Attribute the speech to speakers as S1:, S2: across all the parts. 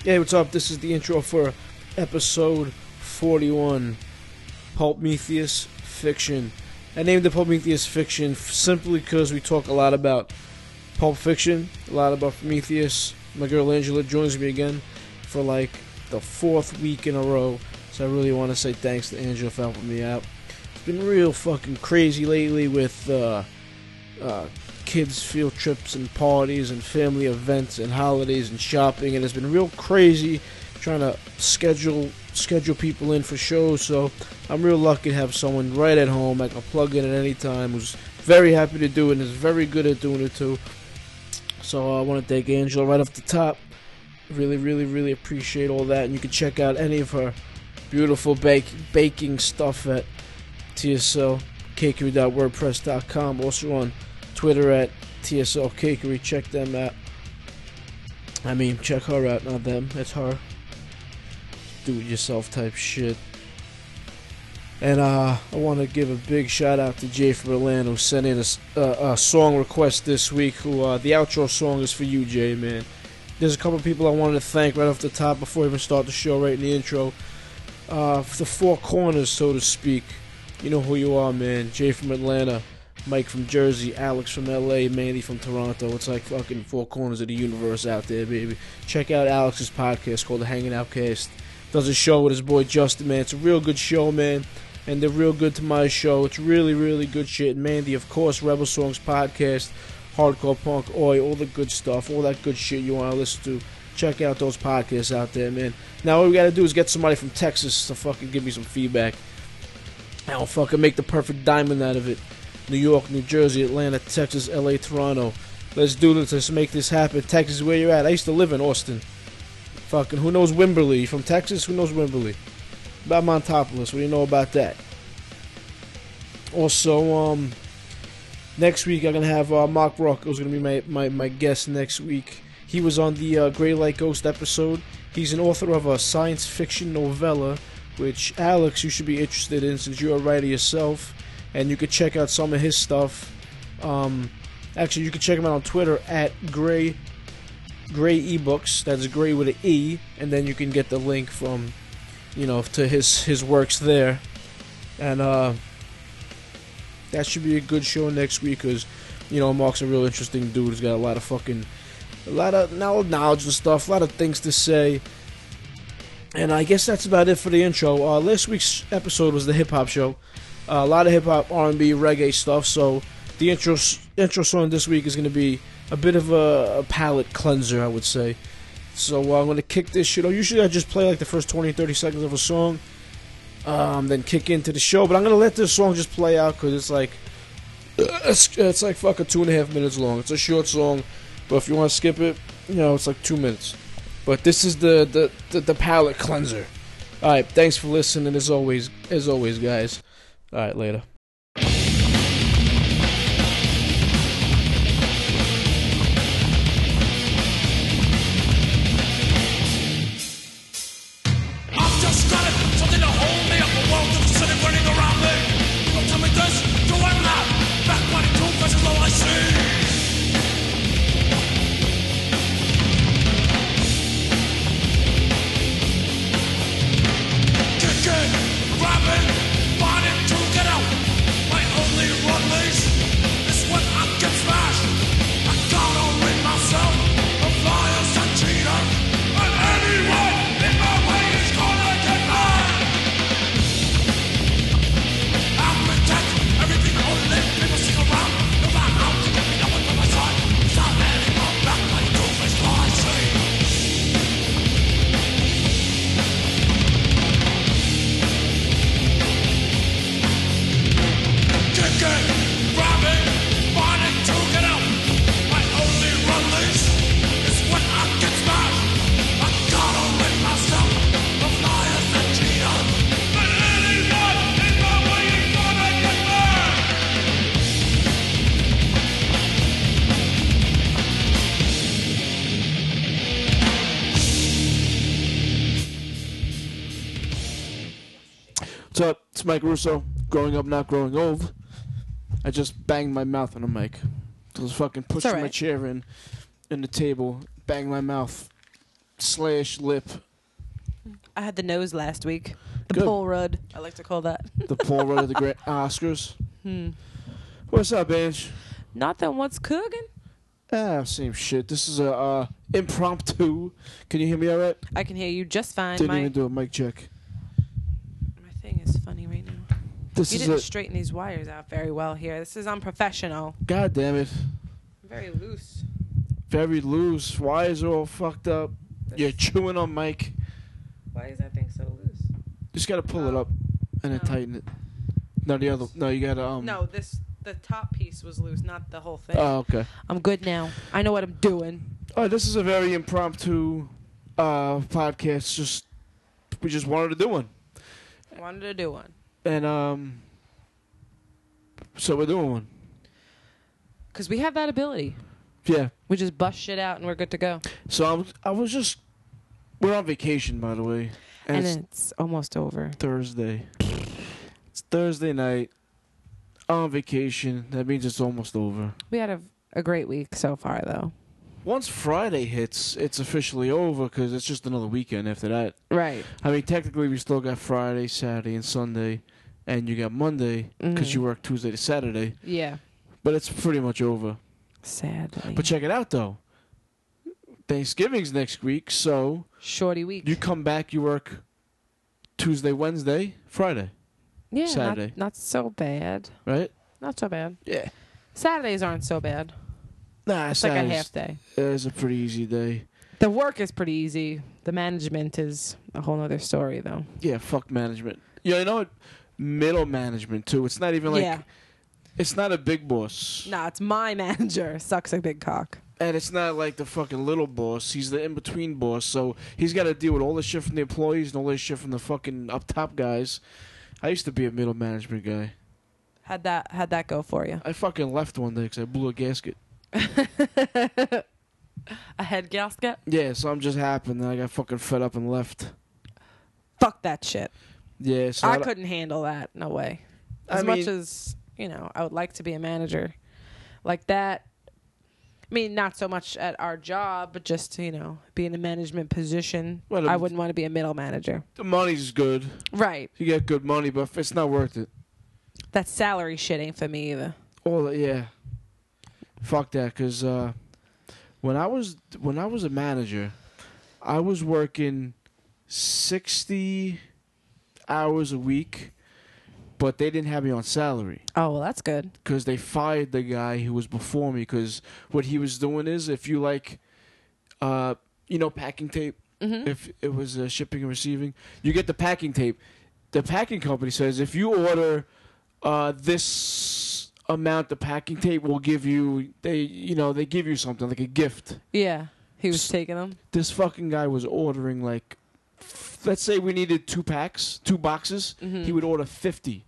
S1: Hey, what's up? This is the intro for episode 41 Pulpmetheus Fiction. I named it Pulpmetheus Fiction f- simply because we talk a lot about Pulp Fiction, a lot about Prometheus. My girl Angela joins me again for like the fourth week in a row, so I really want to say thanks to Angela for helping me out. It's been real fucking crazy lately with, uh, uh, kids' field trips and parties and family events and holidays and shopping. It has been real crazy trying to schedule schedule people in for shows. So I'm real lucky to have someone right at home I can plug in at any time who's very happy to do it and is very good at doing it too. So uh, I want to thank Angela right off the top. Really, really, really appreciate all that. And you can check out any of her beautiful bake, baking stuff at tslcakery.wordpress.com. Also on Twitter at TSL Cakery. Check them out. I mean, check her out, not them. It's her. Do it yourself type shit. And uh, I want to give a big shout out to Jay from Berlin who sent in a, s- uh, a song request this week. Who uh, the outro song is for you, Jay man. There's a couple people I wanted to thank right off the top before we even start the show, right in the intro. Uh, the four corners, so to speak. You know who you are, man. Jay from Atlanta. Mike from Jersey, Alex from LA, Mandy from Toronto. It's like fucking four corners of the universe out there, baby. Check out Alex's podcast called The Hanging Out Cast. Does a show with his boy Justin, man. It's a real good show, man. And they're real good to my show. It's really, really good shit. And Mandy, of course, Rebel Songs Podcast, Hardcore Punk, Oi, all the good stuff, all that good shit you want to listen to. Check out those podcasts out there, man. Now, all we got to do is get somebody from Texas to fucking give me some feedback. I'll fucking make the perfect diamond out of it. New York, New Jersey, Atlanta, Texas, LA, Toronto. Let's do this. Let's make this happen. Texas, where you're at. I used to live in Austin. Fucking, who knows Wimberley? You from Texas? Who knows Wimberley? About Montopolis. What do you know about that? Also, um, next week I'm gonna have uh, Mark Brock. who's gonna be my, my, my guest next week. He was on the uh, Grey Light Ghost episode. He's an author of a science fiction novella, which Alex, you should be interested in since you're a writer yourself and you could check out some of his stuff. Um, actually, you can check him out on Twitter at Gray Gray Ebooks. That's Gray with an E, and then you can get the link from you know to his his works there. And uh, that should be a good show next week because you know Mark's a real interesting dude. He's got a lot of fucking a lot of knowl- knowledge and stuff, a lot of things to say. And I guess that's about it for the intro. Uh, last week's episode was the hip hop show. Uh, a lot of hip hop, R and B, reggae stuff. So the intro intro song this week is going to be a bit of a, a palate cleanser, I would say. So uh, I'm going to kick this shit. Oh, usually I just play like the first 20, 30 seconds of a song, um, then kick into the show. But I'm going to let this song just play out because it's like it's, it's like fucking two and a half minutes long. It's a short song, but if you want to skip it, you know it's like two minutes. But this is the the the, the palate cleanser. All right, thanks for listening. As always, as always, guys. All right, later.
S2: I've just got it, something to hold me up. A world that's sitting burning around me. Don't tell me this, do I'm not. Back by the tomb, this is all I see. Kicking, grabbing, fighting to get out. My only run leash is when I get smashed. I gotta rid myself of liars and cheaters. And anyone in my way is gonna get mine. I'm protect everything I own live. People sing around, no matter how to get me down with my side. Stop anyone back like two faced lies. Kicking, grabbing, fighting to get out. My only release is when I get smashed. I gotta rid myself of liars and cheaters. But anyone in my way is gonna get burned.
S1: What's up? It's Mike Russo. Growing up, not growing old. I just banged my mouth on a mic. I was fucking pushing my
S3: alright.
S1: chair in, in the table, banged my mouth. slash lip.
S3: I had the nose last week. The
S1: Good.
S3: Paul Rudd, I like to call that.
S1: The Paul Rudd of the Gra- Oscars.
S3: Hmm.
S1: What's up, Ange?
S3: Not that one's cooking.
S1: Ah, same shit. This is a uh, impromptu. Can you hear me all right?
S3: I can hear you just fine.
S1: Didn't
S3: My,
S1: even do a mic check.
S3: my thing is funny right now.
S1: This
S3: you
S1: is
S3: didn't
S1: a
S3: straighten these wires out very well here. This is unprofessional.
S1: god damn it.
S3: Very loose.
S1: Very loose. Wires are all fucked up.
S3: That's-
S1: You're chewing on mic.
S3: Why is that thing so loose?
S1: Just gotta pull it
S3: Oh.
S1: up and then
S3: No.
S1: tighten it. No, the other. No, you gotta um.
S3: no, this the top piece was loose, not the whole thing.
S1: Oh, okay.
S3: I'm good now. I know what I'm doing.
S1: Oh, this is a very impromptu uh podcast. Just we just wanted to do one,
S3: Wanted to do one.
S1: and um. So we're doing one.
S3: Because we have that ability.
S1: Yeah.
S3: We just bust shit out and we're good to go.
S1: So I'm. I was just. We're on vacation, by the way, and,
S3: And
S1: it's
S3: it's almost over.
S1: Thursday. It's Thursday night. On vacation. That means it's almost over.
S3: We had a, a great week so far, though.
S1: Once Friday hits, it's officially over because it's just another weekend after that.
S3: Right.
S1: I mean, technically, we still got Friday, Saturday, and Sunday, and you got Monday because
S3: Mhm.
S1: you work Tuesday to Saturday.
S3: Yeah.
S1: But it's pretty much over.
S3: Sadly.
S1: But check it out, though. Thanksgiving's next week, so
S3: Shorty week.
S1: you come back, you work Tuesday, Wednesday, Friday,
S3: yeah.
S1: Saturday.
S3: Not, not so bad.
S1: right?
S3: Not so bad.
S1: Yeah.
S3: Saturdays aren't so bad.
S1: Nah,
S3: It's
S1: Saturday's
S3: like a half day.
S1: it's a pretty easy day.
S3: The work is pretty easy. The management is a whole other story, though.
S1: Yeah, fuck management. Yeah, you know what? Middle management too. It's not even like
S3: yeah.
S1: it's not a big boss,
S3: Nah, it's my manager. Sucks a big cock.
S1: and it's not like the fucking little boss. He's the in between boss, so he's got to deal with all the shit from the employees and all this shit from the fucking up top guys. I used to be a middle management guy.
S3: Had that had that go for you.
S1: I fucking left one day because I blew a gasket.
S3: A head gasket?
S1: Yeah, so I'm just happened that I got fucking fed up and left.
S3: Fuck that shit.
S1: Yeah, so
S3: I
S1: don't-
S3: couldn't handle that. No way.
S1: I
S3: As much
S1: mean-
S3: as you know, I would like to be a manager like that. I mean, not so much at our job, but just you know, be in a management position.
S1: Well,
S3: I
S1: um,
S3: wouldn't want to be a middle manager.
S1: the money's good.
S3: Right.
S1: You get good money, but it's not worth it.
S3: That salary shit ain't for me either.
S1: All that, uh, yeah. Fuck that, cause uh, when I was when I was a manager, I was working sixty hours a week, but they didn't have me on salary
S3: Oh well, that's good.
S1: because they fired the guy who was before me. Cause what he was doing is, if you like, uh, you know, packing tape.
S3: hmm
S1: If it was uh, shipping and receiving, you get the packing tape. The packing company says if you order uh, this amount of packing tape, we'll give you they you know they give you something like a gift.
S3: Yeah, he was
S1: S-
S3: taking them.
S1: This fucking guy was ordering like, f- let's say we needed two packs, two boxes.
S3: Mhm.
S1: He would order fifty,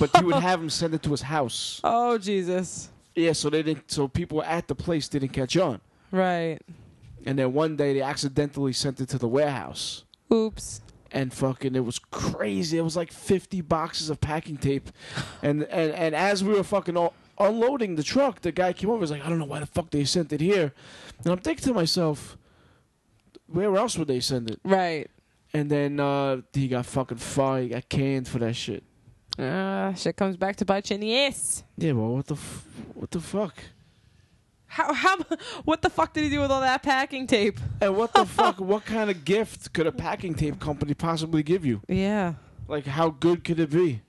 S1: but he would have him send it to his house.
S3: Oh Jesus!
S1: Yeah, so they didn't. So people at the place didn't catch on.
S3: Right.
S1: And then one day they accidentally sent it to the warehouse.
S3: Oops.
S1: and fucking it was crazy. It was like 50 boxes of packing tape, and and and as we were fucking all unloading the truck, the guy came over. He's like, I don't know why the fuck they sent it here, and I'm thinking to myself, where else would they send it?
S3: Right.
S1: And then uh, he got fucking fired. He got canned for that shit.
S3: Uh, shit comes back to bite you in the ass.
S1: Yeah, well, what the f- what the fuck?
S3: How how? What the fuck did he do with all that packing tape?
S1: And what the fuck? What kind of gift could a packing tape company possibly give you?
S3: Yeah.
S1: Like, how good could it be?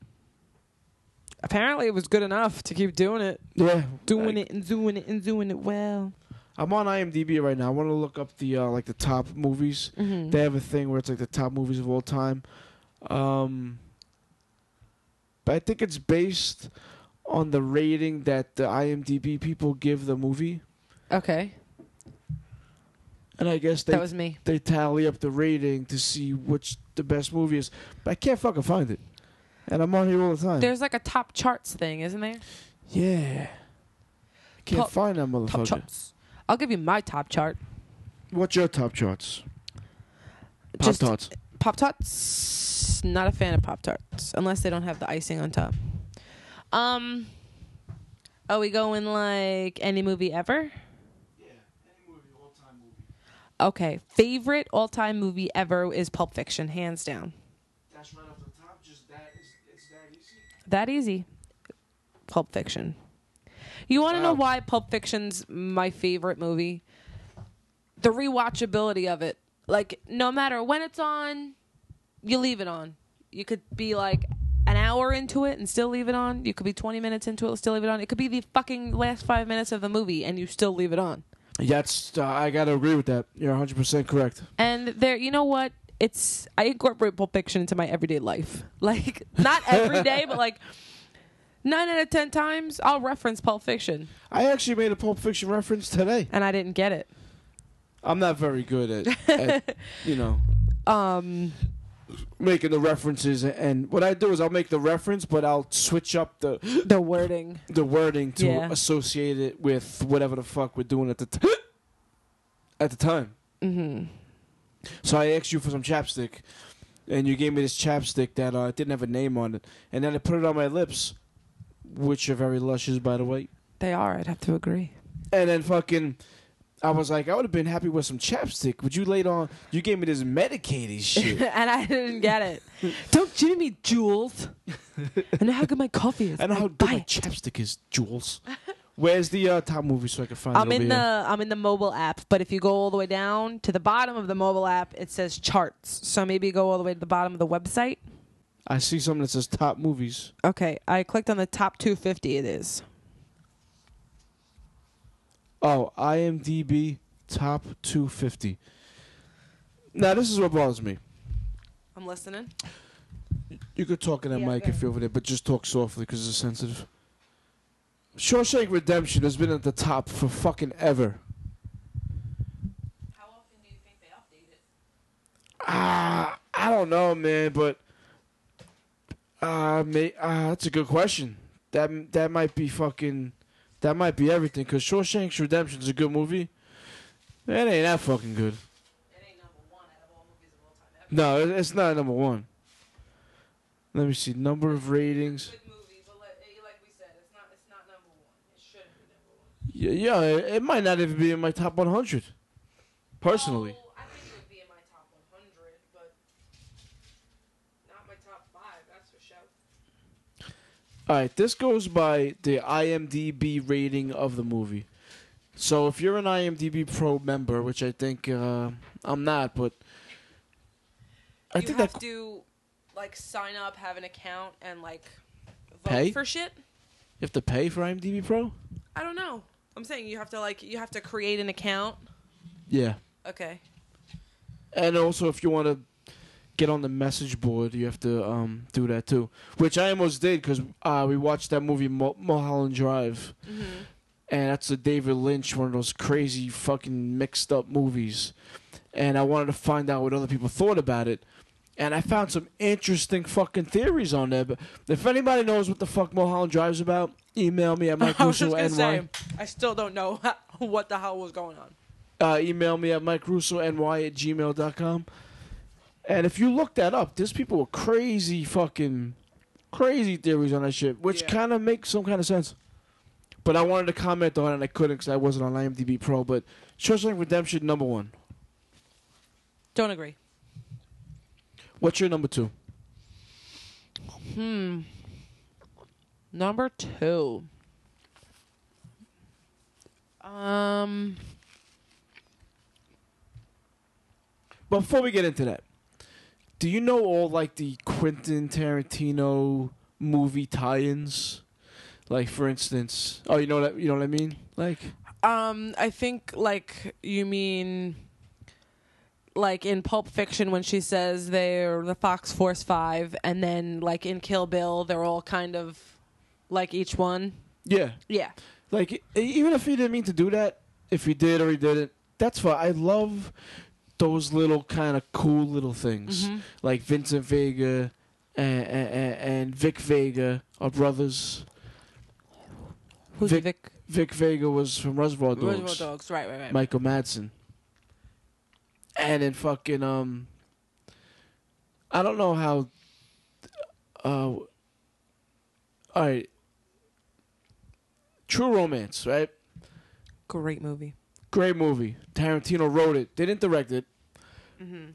S3: apparently it was good enough to keep doing it,
S1: Yeah,
S3: doing
S1: like-
S3: it and doing it and doing it well.
S1: I'm on IMDb right now. I want to look up the uh, like the top movies.
S3: Mm-hmm.
S1: They have a thing where it's like the top movies of all time. Um, but I think it's based on the rating that the IMDb people give the movie,
S3: okay,
S1: and I guess they
S3: that was me.
S1: they tally up the rating to see which the best movie is. But I can't fucking find it, and I'm on here all the time.
S3: There's like a top charts thing, isn't there?
S1: yeah, can't
S3: Top-
S1: find that
S3: Top
S1: motherfucker.
S3: charts. I'll give you my top chart.
S1: What's your top charts? Pop
S3: Just-
S1: tarts.
S3: Pop tarts. Not a fan of pop tarts unless they don't have the icing on top. Um. Are we going like any movie ever? Okay, favorite all-time movie ever is Pulp Fiction, hands down.
S1: That's right off the top. Just that is it's that easy.
S3: That easy. Pulp Fiction. You want to know
S1: Wow.
S3: why Pulp Fiction's my favorite movie? The rewatchability of it. Like, no matter when it's on, you leave it on. You could be like an hour into it and still leave it on. You could be 20 minutes into it and still leave it on. It could be the fucking last five minutes of the movie and you still leave it on.
S1: That's uh, I gotta agree with that. You're 100 percent correct.
S3: And there, you know what? It's I incorporate Pulp Fiction into my everyday life. Like not every day, but like nine out of ten times, I'll reference Pulp Fiction,
S1: I actually made a Pulp Fiction reference today.
S3: and I didn't get it.
S1: I'm not very good at, at you know
S3: Um,
S1: making the references, and what I do is I'll make the reference, but I'll switch up the
S3: the wording.
S1: the wording to
S3: Yeah.
S1: associate it with whatever the fuck we're doing at the t- at the time.
S3: Mm-hmm.
S1: So I asked you for some chapstick, and you gave me this chapstick that uh, didn't have a name on it, and then I put it on my lips, which are very luscious, by the way.
S3: They are. I'd have to agree.
S1: And then fucking, I was like, I would have been happy with some chapstick. Would you laid on? You gave me this medicated shit.
S3: and I didn't get it. Don't jimmy me, Jules. and how good my coffee is.
S1: I know
S3: I
S1: how good
S3: buy
S1: my
S3: it.
S1: chapstick is, Jules. Where's the uh, top movie so I can find
S3: I'm
S1: it over
S3: in
S1: here?
S3: the I'm in the mobile app, but if you go all the way down to the bottom of the mobile app, it says charts. So maybe go all the way to the bottom of the website.
S1: I see something that says top movies.
S3: Okay, I clicked on the top 250. It is.
S1: Oh, IMDb top 250. Now this is what bothers me.
S3: I'm listening.
S1: You could talk in that
S3: Yeah,
S1: mic
S3: go
S1: if you're over there, but just talk softly because it's sensitive. Shawshank Redemption has been at the top for fucking ever.
S3: How often do you think they update it?
S1: Ah, I don't know, man, but uh, may, uh, that's a good question. That that might be fucking, that might be everything. Cause Shawshank Redemption's a good movie. It ain't that fucking good.
S3: It ain't number one out of all movies of all time ever.
S1: No, it- it's not number one. Let me see number of ratings.
S3: Good movie, but like, eh, like we said, it's not it's not number one. It shouldn't be number one.
S1: Yeah, yeah, it it might not even be in my top 100. Personally,
S3: I think it would be in my top 100, but not my top five. That's for sure.
S1: all right, this goes by the IMDb rating of the movie. So if you're an IMDb Pro member, which I think uh, I'm not, but I
S3: you
S1: think
S3: have
S1: that
S3: to like sign up, have an account, and like vote
S1: Pay?
S3: for shit.
S1: you have to pay for IMDb Pro.
S3: I don't know. I'm saying you have to like you have to create an account.
S1: Yeah,
S3: Okay.
S1: and also if you want to get on the message board, you have to um, do that too. Which I almost did because uh, we watched that movie Mul- Mulholland Drive.
S3: Mm-hmm.
S1: and that's the David Lynch, one of those crazy fucking mixed up movies. And I wanted to find out what other people thought about it. And I found some interesting fucking theories on there. But if anybody knows what the fuck Mulholland Drive's about, email me at
S3: I was just gonna
S1: MikeRussoNY.
S3: say, I still don't know what the hell was going on.
S1: Uh, email me at MikeRussoNY at gmail.com. And if you look that up, there's people with crazy fucking, crazy theories on that shit, which
S3: Yeah.
S1: kind of makes some kind of sense. But I wanted to comment on it, and I couldn't because I wasn't on IMDb Pro. But Shawshank Redemption, number one.
S3: Don't agree.
S1: What's your number two?
S3: Hmm. Number two. Um.
S1: Before we get into that, do you know all like the Quentin Tarantino movie tie-ins? Like for instance, oh, you know that you know what I mean? Like,
S3: Um. I think like you mean. Like in Pulp Fiction, when she says they're the Fox Force Five, and then like in Kill Bill, they're all kind of like each one.
S1: yeah,
S3: Yeah.
S1: like e- even if he didn't mean to do that, if he did or he didn't, that's fine. I love those little kind of cool little things,
S3: Mhm.
S1: like Vincent Vega and, and, and Vic Vega are brothers.
S3: Who's
S1: Vic-
S3: Vic?
S1: Vic Vega was from Reservoir Dogs.
S3: Reservoir Dogs. Right. Right. Right.
S1: Michael Madsen. And then fucking um I don't know how uh all right. True Romance, right?
S3: Great movie.
S1: Great movie. Tarantino wrote it. They didn't direct it.
S3: Mm-hmm.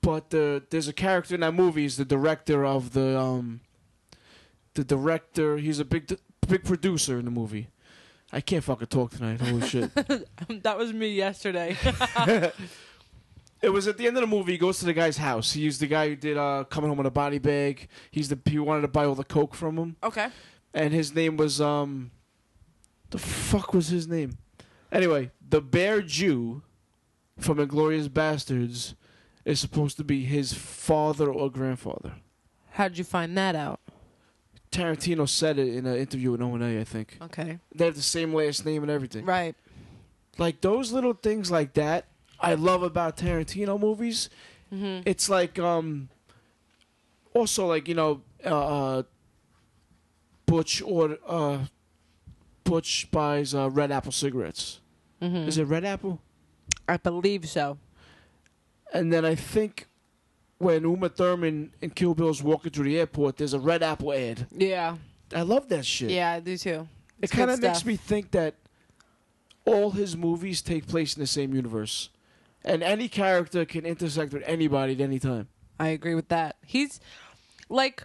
S1: But the, there's a character in that movie. He's the director of the um, the director. He's a big big producer in the movie. I can't fucking talk tonight. Holy shit!
S3: that was me yesterday.
S1: It was at the end of the movie. He goes to the guy's house. He's the guy who did uh, coming home in a body bag. He's the he wanted to buy all the coke from him,
S3: okay.
S1: and his name was um, the fuck was his name? Anyway, the bear Jew from Inglorious Bastards is supposed to be his father or grandfather.
S3: How'd you find that out?
S1: Tarantino said it in an interview with O&A, I think.
S3: Okay.
S1: They have the same last name and everything.
S3: Right.
S1: Like those little things like that, I love about Tarantino movies.
S3: hmm
S1: it's like um also like you know uh uh, butch or uh butch buys uh red apple cigarettes
S3: hmm
S1: is it red apple
S3: I believe so.
S1: and then i think when uma thurman and kill bill's walking through the airport there's a red apple ad
S3: Yeah.
S1: i love that shit
S3: Yeah, I do too.
S1: it
S3: It's
S1: kind of
S3: good
S1: makes
S3: stuff.
S1: me think that all his movies take place in the same universe and any character can intersect with anybody at any time
S3: I agree with that. He's like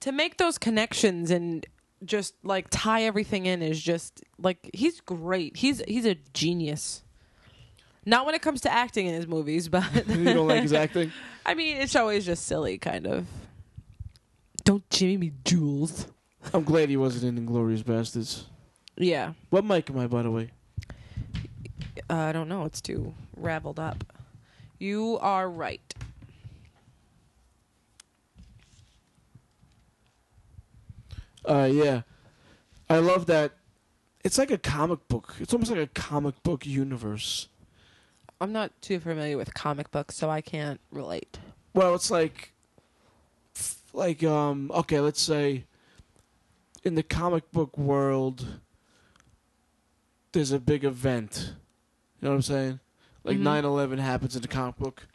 S3: to make those connections and just like tie everything in is just like he's great. He's he's a genius. Not when it comes to acting in his movies, but
S1: you don't like his acting
S3: I mean, it's always just silly, kind of. Don't Jimmy me Jules.
S1: i'm glad he wasn't in inglorious bastards
S3: Yeah,
S1: What mic am I, by the way?
S3: uh, I don't know. It's too raveled up. You are right.
S1: Uh, yeah. I love that. It's like a comic book. It's almost like a comic book universe.
S3: I'm not too familiar with comic books, so I can't relate.
S1: Well, it's like, like um, okay, let's say, in the comic book world, there's a big event. You know what I'm saying? Like
S3: Mhm.
S1: 9/11 happens in the comic book.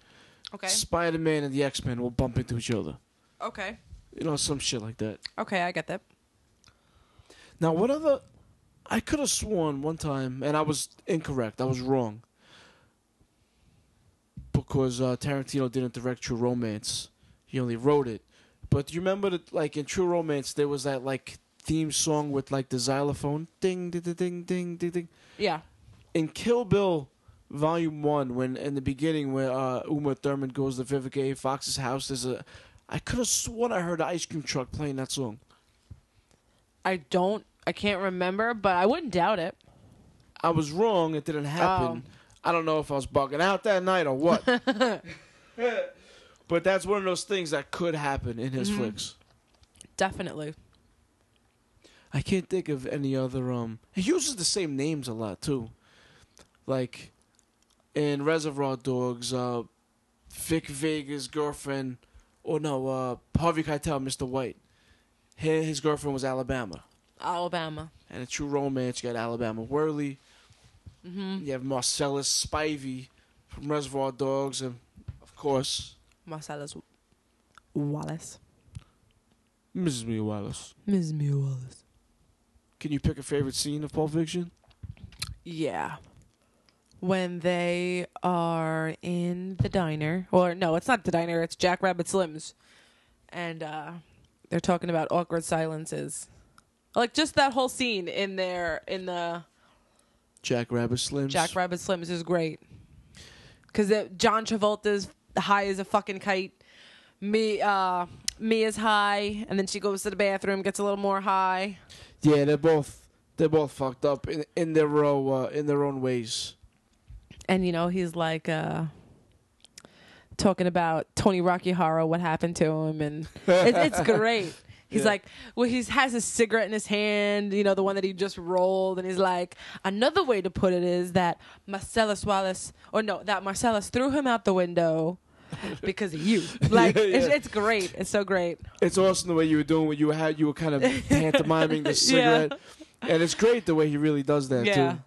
S1: Spider-Man and the X-Men will bump into each other.
S3: Okay.
S1: You know, some shit like that.
S3: Okay. I get that.
S1: Now, what other? I could have sworn one time, and I was incorrect. I was wrong because uh, Tarantino didn't direct True Romance; he only wrote it. But do you remember that, like in True Romance, there was that like theme song with like the xylophone ding ding ding ding ding ding. ding.
S3: Yeah.
S1: In Kill Bill, Volume One, when in the beginning where uh, Uma Thurman goes to Vivica A. Fox's house, there's a. I could have sworn I heard an ice cream truck playing that song.
S3: I don't. I can't remember, but I wouldn't doubt it.
S1: I was wrong. It didn't happen. I don't know if I was bugging out that night or what. but that's one of those things that could happen in his flicks.
S3: Definitely.
S1: I can't think of any other. Um, he uses the same names a lot too. Like in Reservoir Dogs, uh, Vic Vega's girlfriend, or no, uh, Harvey Keitel, Mr. White. His, his girlfriend was Alabama,
S3: Alabama.
S1: and a true romance you got Alabama Whirly.
S3: Mm-hmm.
S1: You have Marcellus Spivey from Reservoir Dogs, and of course,
S3: Marcellus Wallace.
S1: Mrs. Mia Wallace.
S3: Ms. Mia Wallace.
S1: Can you pick a favorite scene of Pulp Fiction?
S3: Yeah. When they are in the diner, or no, it's not the diner, it's Jack Rabbit Slim's. And uh, they're talking about awkward silences. Like just that whole scene in there, in the
S1: Jack Rabbit Slims.
S3: Jack Rabbit Slims is great. Because John Travolta's high as a fucking kite. Me, uh, Mia's high, and then she goes to the bathroom, gets a little more high.
S1: Yeah, they're both they're both fucked up in, in their own uh, in their own ways.
S3: and you know he's like uh talking about Tony Rockihara, what happened to him, and it, it's great. He's
S1: Yeah.
S3: like, well, he has his cigarette in his hand, you know, the one that he just rolled, and he's like, another way to put it is that Marcellus Wallace, or no, that Marcellus threw him out the window because of you. Like,
S1: Yeah,
S3: It's,
S1: yeah.
S3: it's great. It's so great.
S1: It's awesome the way you were doing what you had. You were kind of pantomiming the cigarette, and it's great the way he really does that
S3: yeah,
S1: too.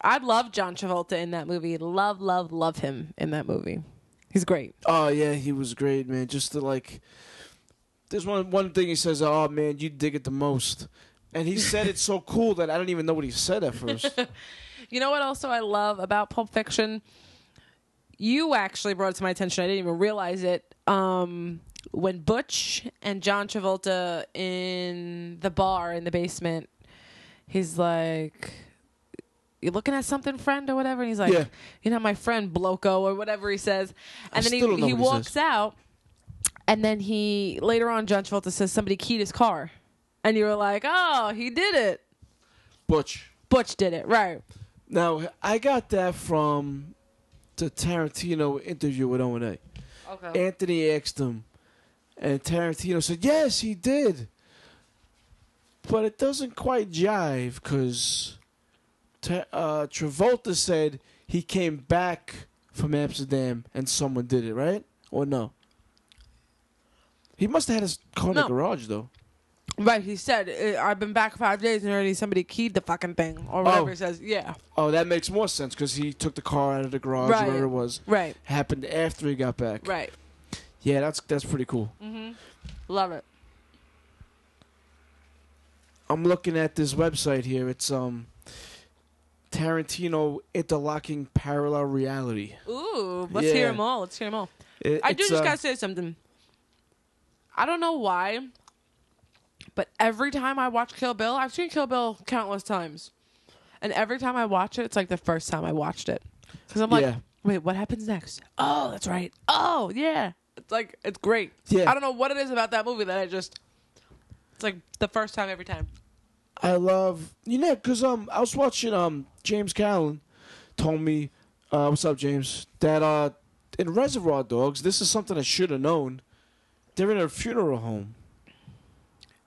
S3: I love John Travolta in that movie. Love, love, love him in that movie. He's great.
S1: Oh yeah, he was great, man. Just to like, there's one one thing he says. Oh man, you dig it the most, and he said it so cool that I didn't even know what he said at first.
S3: You know what? Also, I love about Pulp Fiction. You actually brought it to my attention. I didn't even realize it. Um, when Butch and John Travolta in the bar in the basement, he's like, "You looking at something, friend, or whatever?" And he's like,
S1: Yeah.
S3: "You know, my friend Bloco, or whatever he says." And then
S1: still don't know
S3: he he
S1: what he says.
S3: walks out, and then he later on John Travolta says somebody keyed his car, and you were like, "Oh, he did it."
S1: Butch.
S3: Butch did it, right?
S1: Now I got that from the Tarantino interview with O and A.
S3: Okay.
S1: Anthony asked him, and Tarantino said, "Yes, he did." But it doesn't quite jive because Ta- uh, Travolta said he came back from Amsterdam and someone did it, right? Or no? He must have had his car in the
S3: No.
S1: garage, though.
S3: Right, he said, "Uh, I've been back five days and already somebody keyed the fucking thing or whatever
S1: Oh.
S3: he says. Yeah,
S1: Oh, that makes more sense because he took the car out of the garage,
S3: Right.
S1: or whatever it was.
S3: right,
S1: Happened after he got back.
S3: right.
S1: Yeah, that's that's pretty cool.
S3: Mm-hmm. Love it.
S1: I'm looking at this website here. It's um Tarantino interlocking parallel reality.
S3: Ooh, let's
S1: Yeah.
S3: hear them all. Let's hear them all.
S1: It-
S3: I do
S1: it's,
S3: just
S1: uh,
S3: gotta say something. I don't know why, but every time I watch Kill Bill, I've seen Kill Bill countless times, and every time I watch it, it's like the first time I watched it because I'm like,
S1: Yeah.
S3: wait, what happens next? Oh, that's right. Oh, yeah. It's like it's great.
S1: Yeah.
S3: I don't know what it is about that movie that I just. It's like the first time every time.
S1: I love you know because um I was watching um James Callen told me uh what's up James that uh in Reservoir Dogs this is something I should have known. They're in a funeral home,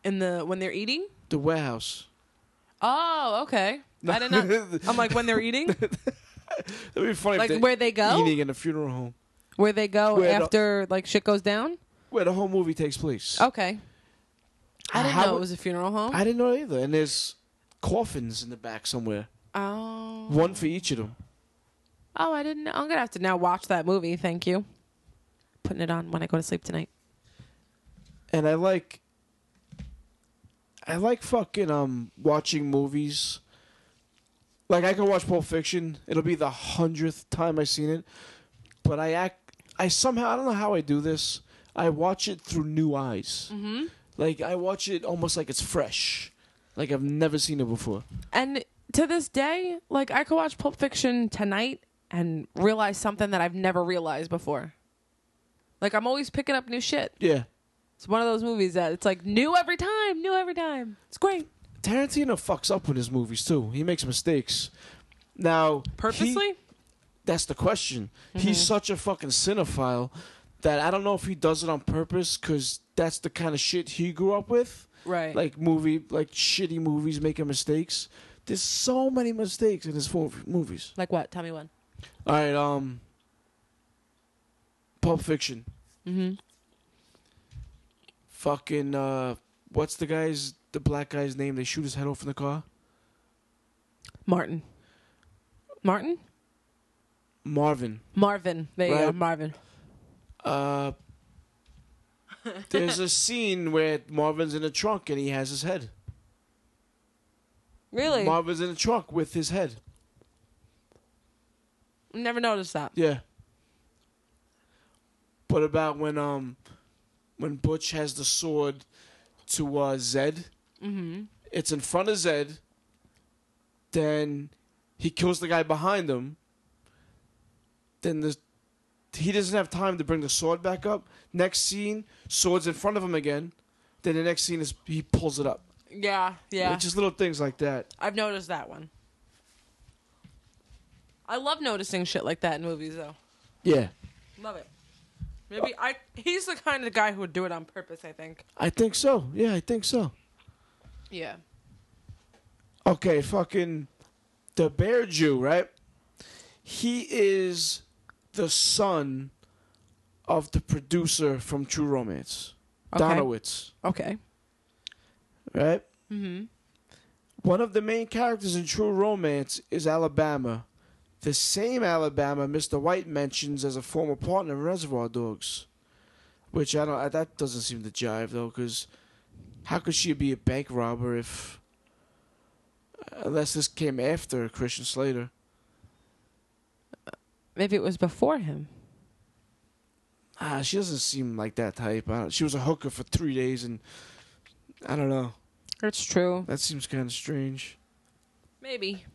S3: In the when they're eating.
S1: the warehouse.
S3: Oh, okay. I didn't know. I'm like when they're eating,
S1: It'd be funny
S3: like
S1: if
S3: where they
S1: they're
S3: go,
S1: eating in a funeral home
S3: where they go
S1: Where the-
S3: after like shit goes down.
S1: where the whole movie takes place.
S3: Okay. I didn't
S1: How
S3: know
S1: would-
S3: it was a funeral home.
S1: I didn't know either. And there's coffins in the back somewhere,
S3: oh.
S1: one for each of them.
S3: Oh, I didn't know. I'm going to have to now watch that movie. Thank you. Putting it on when I go to sleep tonight.
S1: and I like I like fucking um watching movies. Like I can watch Pulp Fiction. It'll be the hundredth time I've seen it. But I act I somehow I don't know how I do this. I watch it through new eyes.
S3: Mhm.
S1: Like I watch it almost like it's fresh. Like I've never seen it before.
S3: And to this day, like I could watch Pulp Fiction tonight and realize something that I've never realized before. Like I'm always picking up new shit.
S1: Yeah.
S3: It's one of those movies that it's like new every time, new every time. It's great.
S1: Tarantino fucks up with his movies too. He makes mistakes. Now he-
S3: Purposely?
S1: That's the question. He's such a fucking cinephile that I don't know if he does it on purpose because that's the kind of shit he grew up with.
S3: right.
S1: Like movie, like shitty movies making mistakes. There's so many mistakes in his fo- movies.
S3: like what? Tell me one.
S1: All right, um, Pulp Fiction.
S3: Mhm.
S1: Fucking uh, what's the guy's the black guy's name? They shoot his head off in the car.
S3: Martin. Martin?
S1: Marvin.
S3: Marvin. There you go,
S1: Right.
S3: Marvin.
S1: Uh, there's a scene where Marvin's in a trunk and he has his head.
S3: Really?
S1: Marvin's in a trunk with his head.
S3: Never noticed that.
S1: Yeah. But about when um when Butch has the sword to uh Zed,
S3: Mm-hmm.
S1: it's in front of Zed, then he kills the guy behind him. Then the he doesn't have time to bring the sword back up. Next scene, sword's in front of him again. Then the next scene is he pulls it up.
S3: Yeah, yeah.
S1: It's just little things like that.
S3: I've noticed that one. I love noticing shit like that in movies, though.
S1: Yeah.
S3: Love it. Maybe I. He's the kind of guy who would do it on purpose. I think.
S1: I think so. Yeah, I think so.
S3: Yeah.
S1: Okay, fucking the bear Jew, right? He is the son of the producer from True Romance,
S3: Okay.
S1: Donowitz,
S3: Okay.
S1: right?
S3: Mm-hmm.
S1: One of the main characters in True Romance is Alabama, the same Alabama Mr. White mentions as a former partner in Reservoir Dogs, which I don't. I- That doesn't seem to jive though, because how could she be a bank robber if? Unless this came after Christian Slater.
S3: Maybe it was before him.
S1: Ah, she doesn't seem like that type. I don't, she was a hooker for three days, and I don't know.
S3: That's true.
S1: That seems kind of strange.
S3: Maybe.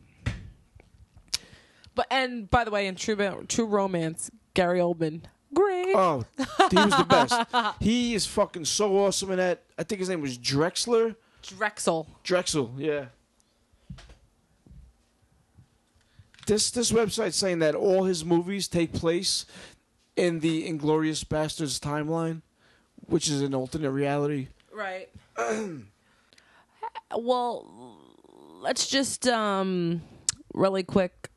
S3: But and by the way, in True True Romance, Gary Oldman, great.
S1: Oh, he was the best. He is fucking so awesome in that. I think his name was Drexler.
S3: Drexel.
S1: Drexel, yeah. This this website's saying that all his movies take place in the Inglorious Bastards timeline, which is an alternate reality.
S3: Right. well, let's just um really quick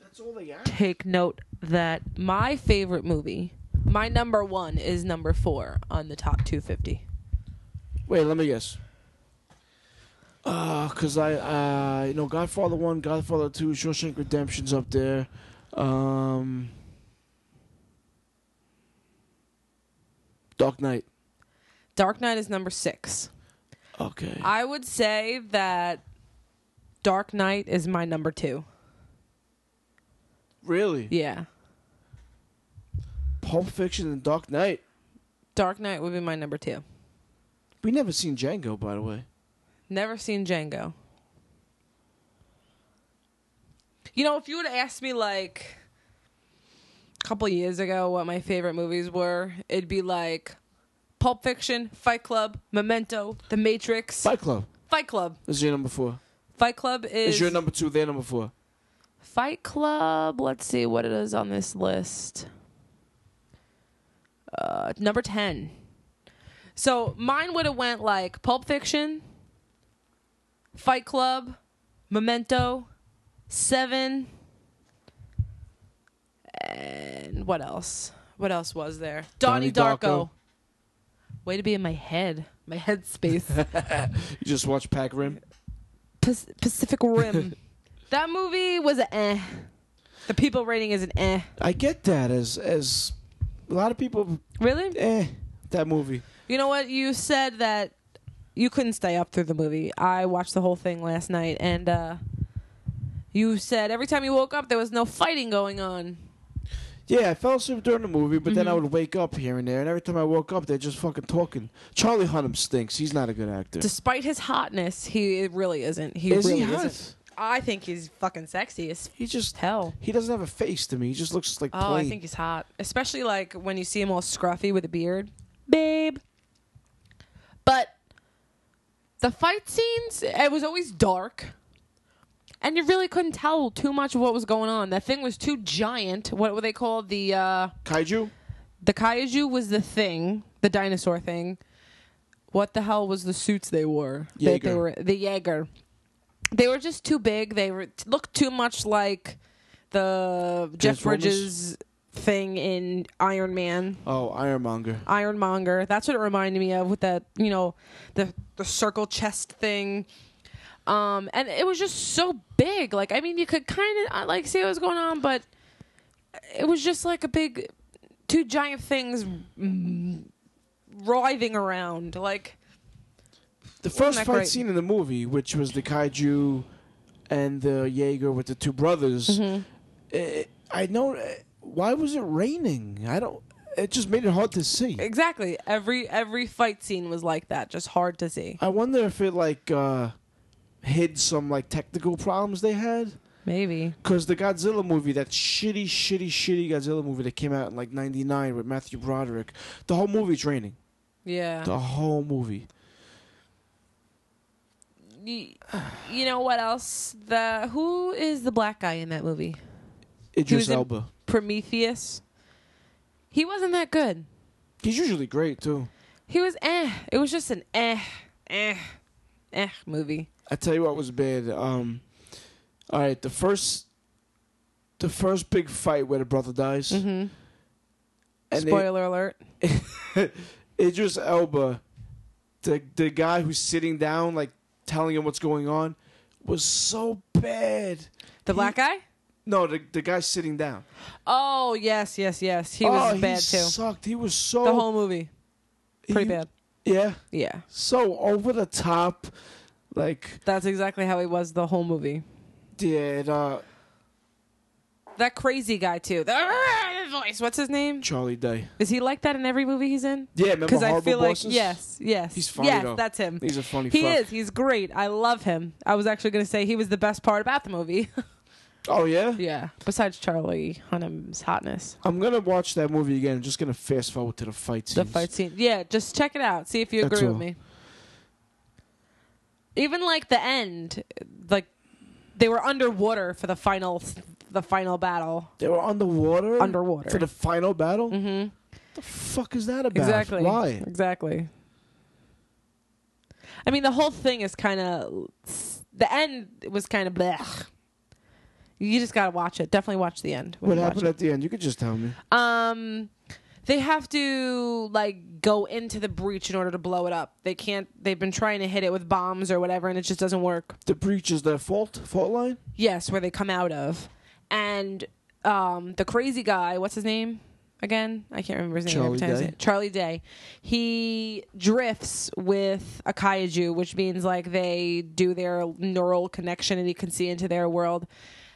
S1: That's all they are.
S3: take note that my favorite movie, my number 1 is number 4 on the top 250.
S1: Wait, let me guess. Uh, cause I, uh, you know, Godfather one, Godfather two, Shawshank Redemption's up there. Um, Dark Knight.
S3: Dark Knight is number 6.
S1: Okay.
S3: I would say that Dark Knight is my number 2.
S1: really?
S3: Yeah.
S1: Pulp Fiction and Dark Knight.
S3: Dark Knight would be my number 2.
S1: We never seen Django, by the way.
S3: Never seen Django. You know, if you would have asked me like a couple years ago what my favorite movies were, it'd be like Pulp Fiction, Fight Club, Memento, The Matrix,
S1: Fight Club
S3: Fight Club.
S1: is your number four.
S3: Fight Club is,
S1: Is, your number two their number four?
S3: Fight Club. Let's see what it is on this list. Uh, number ten. So mine would have went like Pulp Fiction, Fight Club, Memento, Seven, and what else? What else was there? Donnie,
S1: Donnie
S3: Darko.
S1: Darko.
S3: Way to be in my head, my head space.
S1: You just watch Pac Rim.
S3: Pac- Pacific Rim. that movie was a eh. The people rating is an eh.
S1: I get that as as a lot of people.
S3: Really?
S1: Eh, that movie.
S3: You know what? You said that you couldn't stay up through the movie. I watched the whole thing last night, and uh, you said every time you woke up there was no fighting going on.
S1: Yeah, I fell asleep during the movie, but
S3: Mm-hmm.
S1: then I would wake up here and there, and every time I woke up, they're just fucking talking. Charlie Hunnam stinks. He's not a good actor.
S3: Despite his hotness, he really isn't. He
S1: Is he
S3: really
S1: hot?
S3: isn't. I think he's fucking sexy as
S1: He just
S3: hell.
S1: he doesn't have a face to me. He just looks like
S3: Oh,
S1: plain.
S3: I think he's hot. Especially like when you see him all scruffy with a beard. Babe. But the fight scenes, it was always dark. And you really couldn't tell too much of what was going on. That thing was too giant. What were they called? The uh
S1: kaiju.
S3: the kaiju was the thing, the dinosaur thing. What the hell was the suits they wore? That they
S1: Jaeger.
S3: were the Jaeger. They were just too big. They were, looked too much like the Jeff
S1: Transformers?
S3: Bridges thing in Iron Man,
S1: Oh, Ironmonger.
S3: Ironmonger. That's what it reminded me of with that, you know, the the circle chest thing. Um, and it was just so big. Like, I mean, you could kind of uh, like see what was going on, but it was just like a big, two giant things mm, writhing around. Like,
S1: The first
S3: that
S1: fight
S3: great?
S1: scene in the movie, which was the kaiju and the Jaeger with the two brothers,
S3: Mm-hmm.
S1: eh, I know. eh, Why was it raining? I don't. It just made it hard to see.
S3: exactly every every fight scene was like that, just hard to see.
S1: I wonder if it like uh, hid some like technical problems they had.
S3: Maybe
S1: Because the Godzilla movie, that shitty, shitty, shitty Godzilla movie that came out in like '99 with Matthew Broderick, the whole movie's raining.
S3: yeah.
S1: The whole movie.
S3: you, you know what else? The who is the black guy in that movie?
S1: Idris
S3: was in-
S1: Elba.
S3: Prometheus. He wasn't that good.
S1: He's usually great too.
S3: He was eh. It was just an eh, eh, eh movie.
S1: I tell you what was bad. Um, all right, the first, the first big fight where the brother dies,
S3: Mm-hmm.
S1: and they-
S3: Spoiler alert.
S1: Idris Elba, the the guy who's sitting down, like telling him what's going on, was so bad.
S3: The
S1: he-
S3: black guy.
S1: No, the the guy sitting down.
S3: Oh yes, yes, yes. He was
S1: oh,
S3: bad
S1: he
S3: too.
S1: Sucked. He was so
S3: the whole movie, pretty
S1: he-
S3: bad.
S1: Yeah,
S3: Yeah.
S1: so over the top. Like,
S3: That's exactly how he was the whole movie.
S1: did uh,
S3: That crazy guy too. The voice. What's his name?
S1: Charlie Day?
S3: Is he like that in every movie he's in?
S1: Yeah, remember
S3: Because I
S1: Horrible
S3: feel
S1: Bosses?
S3: like yes, yes,
S1: He's funny,
S3: yes,
S1: though.
S3: that's him.
S1: He's a funny
S3: He
S1: fuck.
S3: is. He's great. I love him. I was actually going to say he was the best part about the movie.
S1: Oh yeah?
S3: yeah. Besides Charlie Hunnam's hotness,
S1: I'm gonna watch that movie again. I'm just gonna fast forward to the fight
S3: the
S1: scenes.
S3: fight scene. Yeah, just check it out. See if you
S1: That's
S3: agree with
S1: all.
S3: me. Even like the end, like they were underwater for the final, the final battle.
S1: They were underwater.
S3: Underwater.
S1: for the final battle. Mm-hmm. The fuck is that about?
S3: Exactly.
S1: Why?
S3: Exactly. I mean, the whole thing is kind of the end was kind of blech. You just gotta watch it. Definitely watch the end. when
S1: What
S3: you watch
S1: happened at the end? You could just tell me.
S3: it. Um, they have to like go into the breach in order to blow it up. They can't. They've been trying to hit it with bombs or whatever, and it just doesn't work.
S1: The breach is their fault. Fault line.
S3: Yes, where they come out of, and um, the crazy guy. What's his name again? I can't remember his name.
S1: Charlie
S3: every time I say
S1: Day.
S3: it. Charlie Day. He drifts with a kaiju, which means like they do their neural connection, and he can see into their world.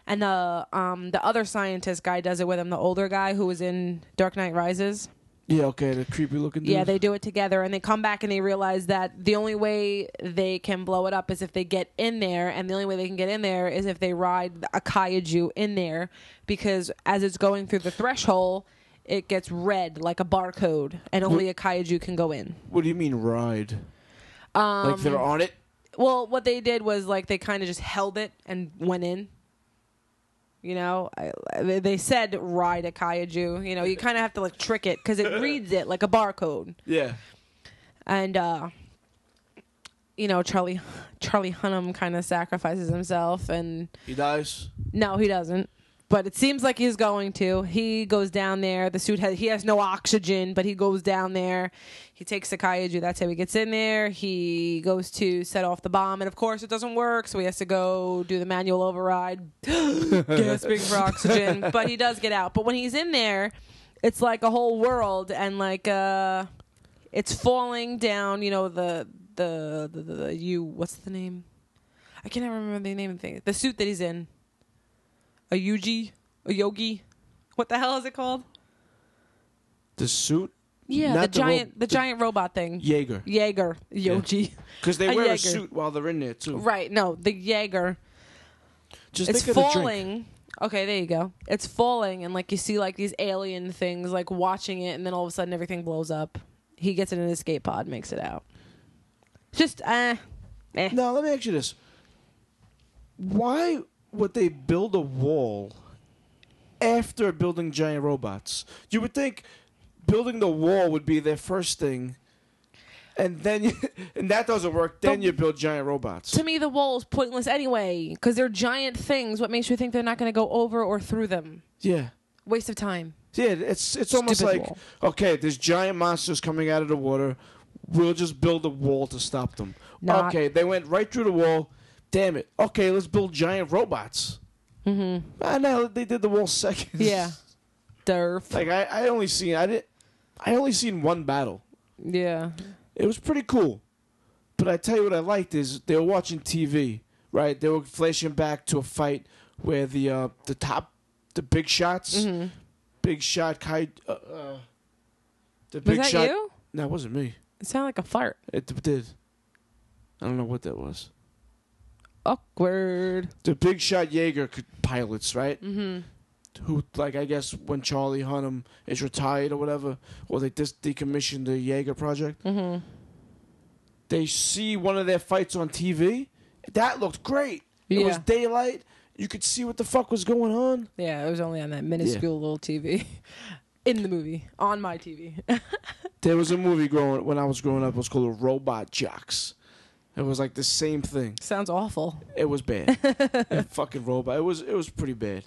S3: And the um, the other scientist guy does it with him. The older guy who was in Dark Knight Rises.
S1: Yeah. Okay. The creepy looking. Dude.
S3: Yeah, they do it together and they come back and they realize that the only way they can blow it up is if they get in there and the only way they can get in there is if they ride a kaiju in there because as it's going through the threshold it gets red like a barcode and only a kaiju can go in.
S1: What do you mean ride? Um, like they're on it.
S3: Well, what they did was like they kind of just held it and went in. You know, I, they- they said ride a kaiju. You know, you kind of have to like trick it because it reads it like a barcode.
S1: Yeah.
S3: and uh you know charlie charlie hunnam kind of sacrifices himself and
S1: He dies.
S3: no he doesn't but it seems like he's going to he goes down there the suit has he has no oxygen but he goes down there he takes the kaiju that's how he gets in there he goes to set off the bomb and of course it doesn't work so he has to go do the manual override gasping for oxygen but he does get out but when he's in there it's like a whole world and like uh it's falling down you know the the the, the, the you what's the name i can't even remember the name of the thing the suit that he's in a yuji a yogi what the hell is it called
S1: The suit.
S3: yeah
S1: Not
S3: the,
S1: the ro-
S3: giant the
S1: the-
S3: giant robot thing
S1: Jaeger.
S3: jaeger yogi
S1: Because they
S3: A
S1: wear a
S3: Jaeger.
S1: suit while they're in there too.
S3: right no the jaeger
S1: Just
S3: it's
S1: think of the drink.
S3: falling. Okay, there you go. It's falling, and like you see, like these alien things, like watching it, and then all of a sudden everything blows up. He gets in an escape pod, makes it out. Just uh, eh.
S1: Now let me ask you this: Why would they build a wall after building giant robots? You would think building the wall would be their first thing, and then you, and that doesn't work. Then
S3: The-
S1: you build giant robots.
S3: to me, the wall is pointless anyway because they're giant things. What makes you think they're not going to go over or through them?
S1: yeah.
S3: Waste of time.
S1: Yeah, it's it's almost
S3: Stupid
S1: like
S3: wall.
S1: okay, there's giant monsters coming out of the water. We'll just build a wall to stop them.
S3: Not-
S1: okay, they went right through the wall. Damn it. Okay, let's build giant robots. Mm-hmm. I know they did the wall seconds.
S3: Yeah, derf.
S1: like I, I only seen I did I only seen one battle.
S3: Yeah,
S1: It was pretty cool. But I tell you what I liked is they were watching TV, right? They were flashing back to a fight where the uh, the top the big shots,
S3: Mm-hmm.
S1: big shot Kai, uh, uh, the
S3: was
S1: big
S3: that
S1: shot.
S3: you?
S1: No, it wasn't me.
S3: It sounded like a fart.
S1: It d- did. I don't know what that was.
S3: Awkward.
S1: The big shot Jaeger could, pilots, right? Mm-hmm. Who like I guess when Charlie Hunnam is retired or whatever, or they dis- decommissioned the Jaeger project. Mm-hmm. They see one of their fights on TV. That looked great. It was
S3: Yeah.
S1: daylight. You could see what the fuck was going on.
S3: Yeah, it was only on that minuscule little TV in the movie on my TV.
S1: There was a movie growing when I was growing up. It was called Robot Jocks. It was like the same thing.
S3: Sounds awful.
S1: It was bad. Yeah, fucking robot. It was it was pretty bad.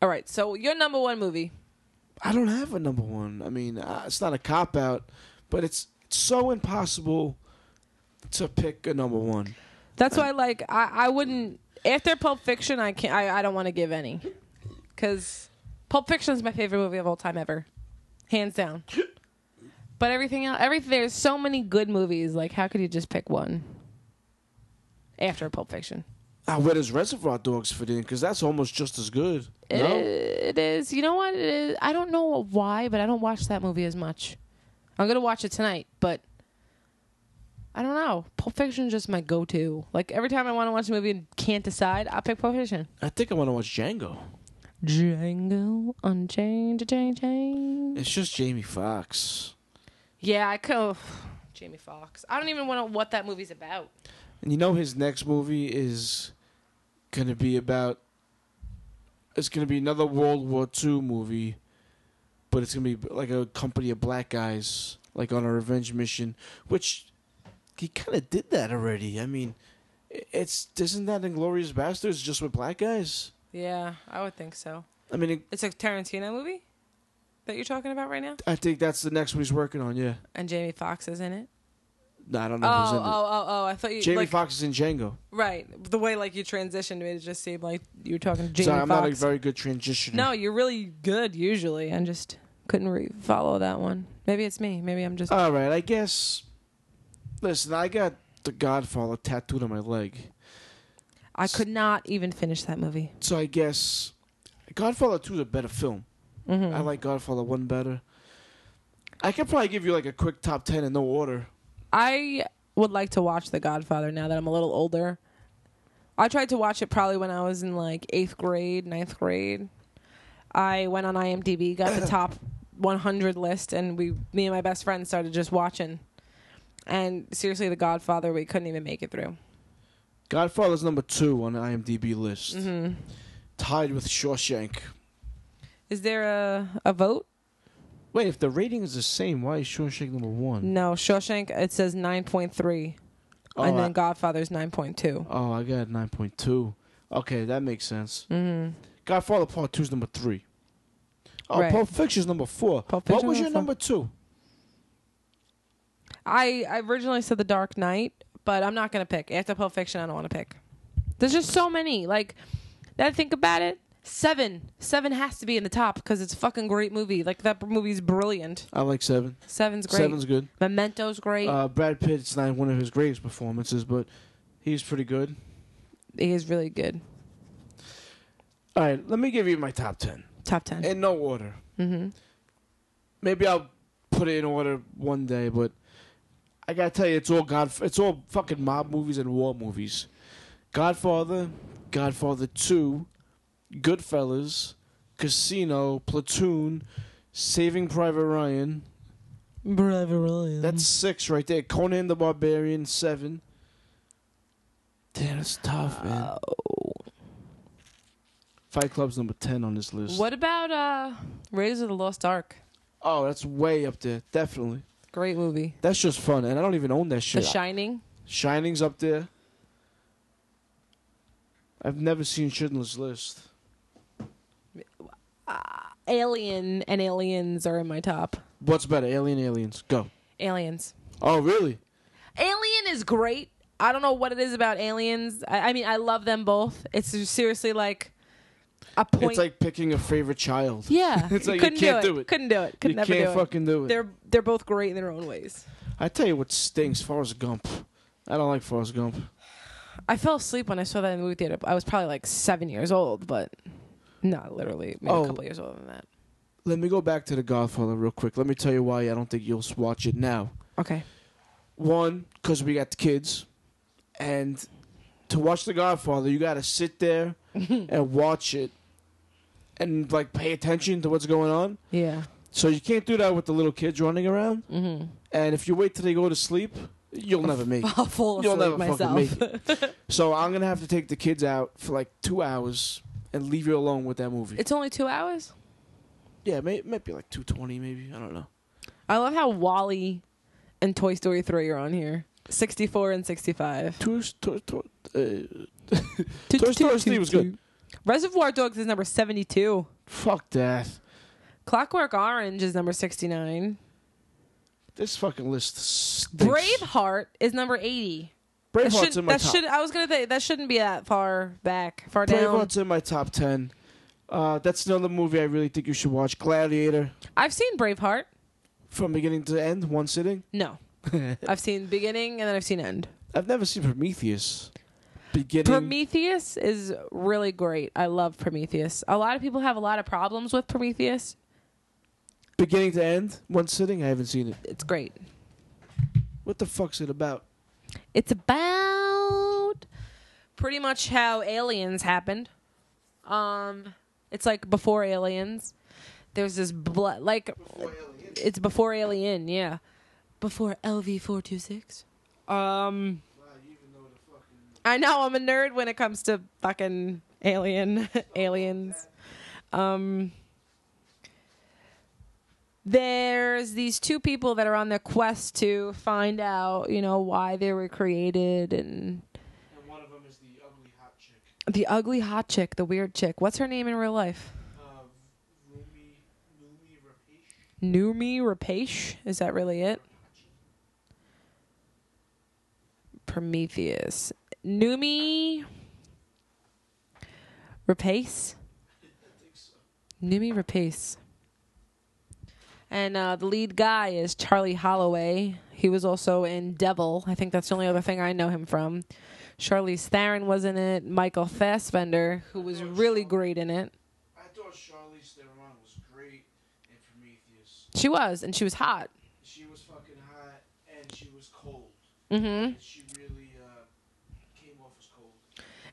S3: All right, so your number one movie.
S1: I don't have a number one. I mean, uh, it's not a cop out, but it's, it's so impossible to pick a number one.
S3: That's why, like, I, I wouldn't after Pulp Fiction. I can't. I, I don't want to give any because Pulp Fiction is my favorite movie of all time ever, hands down. But everything else, every there's so many good movies. Like, how could you just pick one? after Pulp Fiction.
S1: I where does Reservoir Dogs fit in? Because that's almost just as good.
S3: It
S1: no?
S3: is- it is. You know what? It is. I don't know why, but I don't watch that movie as much. I'm gonna watch it tonight, but I don't know. Pulp Fiction is just my go-to. Like every time I want to watch a movie and can't decide, I pick Pulp Fiction.
S1: I think I want to watch Django.
S3: Django Unchained, change, change.
S1: It's just Jamie Foxx.
S3: Yeah, I could. Jamie Foxx. I don't even want to know what that movie's about.
S1: And you know his next movie is gonna be about it's gonna be another World War II movie, but it's gonna be like a company of black guys, like on a revenge mission, which he kind of did that already. I mean, i- it's isn't that Inglorious Bastards just with black guys?
S3: Yeah, I would think so.
S1: I mean, it,
S3: It's a Tarantino movie that you're talking about right now,
S1: I think that's the next one he's working on. Yeah,
S3: and Jamie Foxx is in it.
S1: no, I don't
S3: Oh,
S1: know who's in
S3: oh,
S1: it.
S3: oh, oh! I thought you
S1: Jamie
S3: like,
S1: Foxx is in Django.
S3: Right. The way like you transitioned made it just seemed like you were talking to Jamie
S1: Sorry, I'm not a
S3: Foxx.
S1: very good transitioner.
S3: no, you're really good usually, and just couldn't re- follow that one. Maybe it's me. Maybe I'm just.
S1: All right, I guess. Listen, I got The Godfather tattooed on my leg,
S3: I
S1: Uh,
S3: could not even finish that movie.
S1: so I guess Godfather Two is a better film.
S3: Mm-hmm.
S1: I like Godfather One better. I could probably give you like a quick top ten in no order.
S3: I would like to watch The Godfather now that I'm a little older. I tried to watch it probably when I was in like eighth grade, ninth grade. I went on IMDb, got the top 100 list, and we, me and my best friend, started just watching. And seriously, The Godfather, we couldn't even make it through.
S1: Godfather's number two on the IMDb list,
S3: Mm-hmm.
S1: tied with Shawshank.
S3: Is there a, a vote?
S1: Wait, if the rating is the same, why is Shawshank number one?
S3: No, Shawshank, it says 9.3,
S1: Oh,
S3: and then
S1: I-
S3: Godfather's 9.2.
S1: oh, I got nine point two. Okay, that makes sense. Mm-hmm. Godfather Part Two is number three. Oh,
S3: Right.
S1: Pulp Fiction's number four.
S3: Pulp
S1: what
S3: Fiction
S1: was your
S3: number
S1: number two?
S3: I, I originally said The Dark Knight, but I'm not going to pick. After Pulp Fiction, I don't want to pick. There's just so many. Like, now that I think about it, Seven. Seven has to be in the top because it's a fucking great movie. Like, that movie's brilliant.
S1: I like seven.
S3: Seven's great.
S1: Seven's good.
S3: Memento's great.
S1: Uh, Brad Pitt's not one of his greatest performances, but he's pretty good.
S3: he is really good.
S1: All right, let me give you my top ten
S3: Top 10.
S1: in no order.
S3: mm-hmm.
S1: Maybe I'll put it in order one day, but I gotta tell you, it's all God. It's all fucking mob movies and war movies. Godfather, Godfather Two, Goodfellas, Casino, Platoon, Saving Private Ryan.
S3: Mm.
S1: That's six right there. Conan the Barbarian, seven. Damn, it's
S3: Uh,
S1: tough, man. Fight Club's number ten on this list.
S3: What about uh, Raiders of the Lost Ark?
S1: Oh, that's way up there. Definitely.
S3: Great movie.
S1: That's just fun, and I don't even own that shit.
S3: The Shining.
S1: Shining's up there. I've never seen Schindler's List.
S3: Alien and Aliens are in my top.
S1: What's better, Alien Aliens? Go.
S3: Aliens.
S1: Oh, really?
S3: Alien is great. I don't know what it is about Aliens. I, I mean, I love them both. It's just seriously like a point.
S1: It's like picking a favorite child.
S3: yeah,
S1: it's like you
S3: couldn't
S1: can't
S3: do, it.
S1: do it.
S3: Couldn't do it. Could
S1: you
S3: never
S1: can't
S3: do it.
S1: fucking do it.
S3: They're they're both great in their own ways.
S1: I tell you what stinks, Forrest Gump. I don't like Forrest Gump.
S3: I fell asleep when I saw that in the movie theater. I was probably like seven years old, but not literally. Maybe
S1: Oh.
S3: a couple years older than that.
S1: Let me go back to The Godfather real quick. Let me tell you why I don't think you'll watch it now.
S3: Okay.
S1: One, because we got the kids, and to watch The Godfather, you got to sit there and watch it, and like pay attention to what's going on.
S3: Yeah.
S1: So you can't do that with the little kids running around.
S3: Mm-hmm.
S1: And if you wait till they go to sleep, you'll never make. it.
S3: I'll fall
S1: You'll
S3: asleep
S1: never fucking
S3: myself.
S1: make it. So I'm gonna have to take the kids out for like two hours and leave you alone with that movie.
S3: It's only two hours.
S1: yeah, may, might be like two twenty, maybe. I don't know.
S3: I love how Wally and Toy Story 3 are on here. 64 and 65.
S1: Two, two, two, uh,
S3: Toy
S1: Toy Story 3 was good.
S3: Reservoir Dogs is number 72.
S1: Fuck that.
S3: Clockwork Orange is number 69.
S1: This fucking list stinks.
S3: Braveheart is number 80. That
S1: Braveheart's
S3: shouldn't-
S1: in my
S3: that
S1: top.
S3: should I was going to say that shouldn't be that far back, far down.
S1: Braveheart's in my top ten. Uh, that's another movie I really think you should watch. Gladiator,
S3: I've seen Braveheart.
S1: from beginning to end, one sitting.
S3: No. I've seen beginning and then I've seen end.
S1: I've never seen Prometheus.
S4: beginning.
S3: Prometheus is really great. I love Prometheus. A lot of people have a lot of problems with Prometheus.
S1: Beginning to end, one sitting. I haven't seen it.
S3: It's great.
S1: What the fuck's it about?
S3: It's about pretty much how aliens happened. Um, it's like before aliens. There's this blood, like it's before alien, yeah, before LV four two six. Um, I know I'm a nerd when it comes to fucking alien aliens. Um, there's these two people that are on their quest to find out, you know, why they were created
S1: And
S3: and
S1: one of them is the ugly hot chick,
S3: the ugly hot chick, the weird chick. What's her name in real life?
S1: uh, Rumi, Rumi Rapesh.
S3: Numi Rapace? Is that really it? Prometheus. Numi Rapace? Numi Rapace. And uh, the lead guy is Charlie Holloway. He was also in Devil. I think that's the only other thing I know him from. Charlize Theron was in it. Michael Fassbender, who was really great in it.
S1: I thought Charlize Theron was great in Prometheus.
S3: She was, and she was hot.
S1: She was fucking hot and she was cold.
S3: Mm-hmm.
S1: She really uh, came off as cold.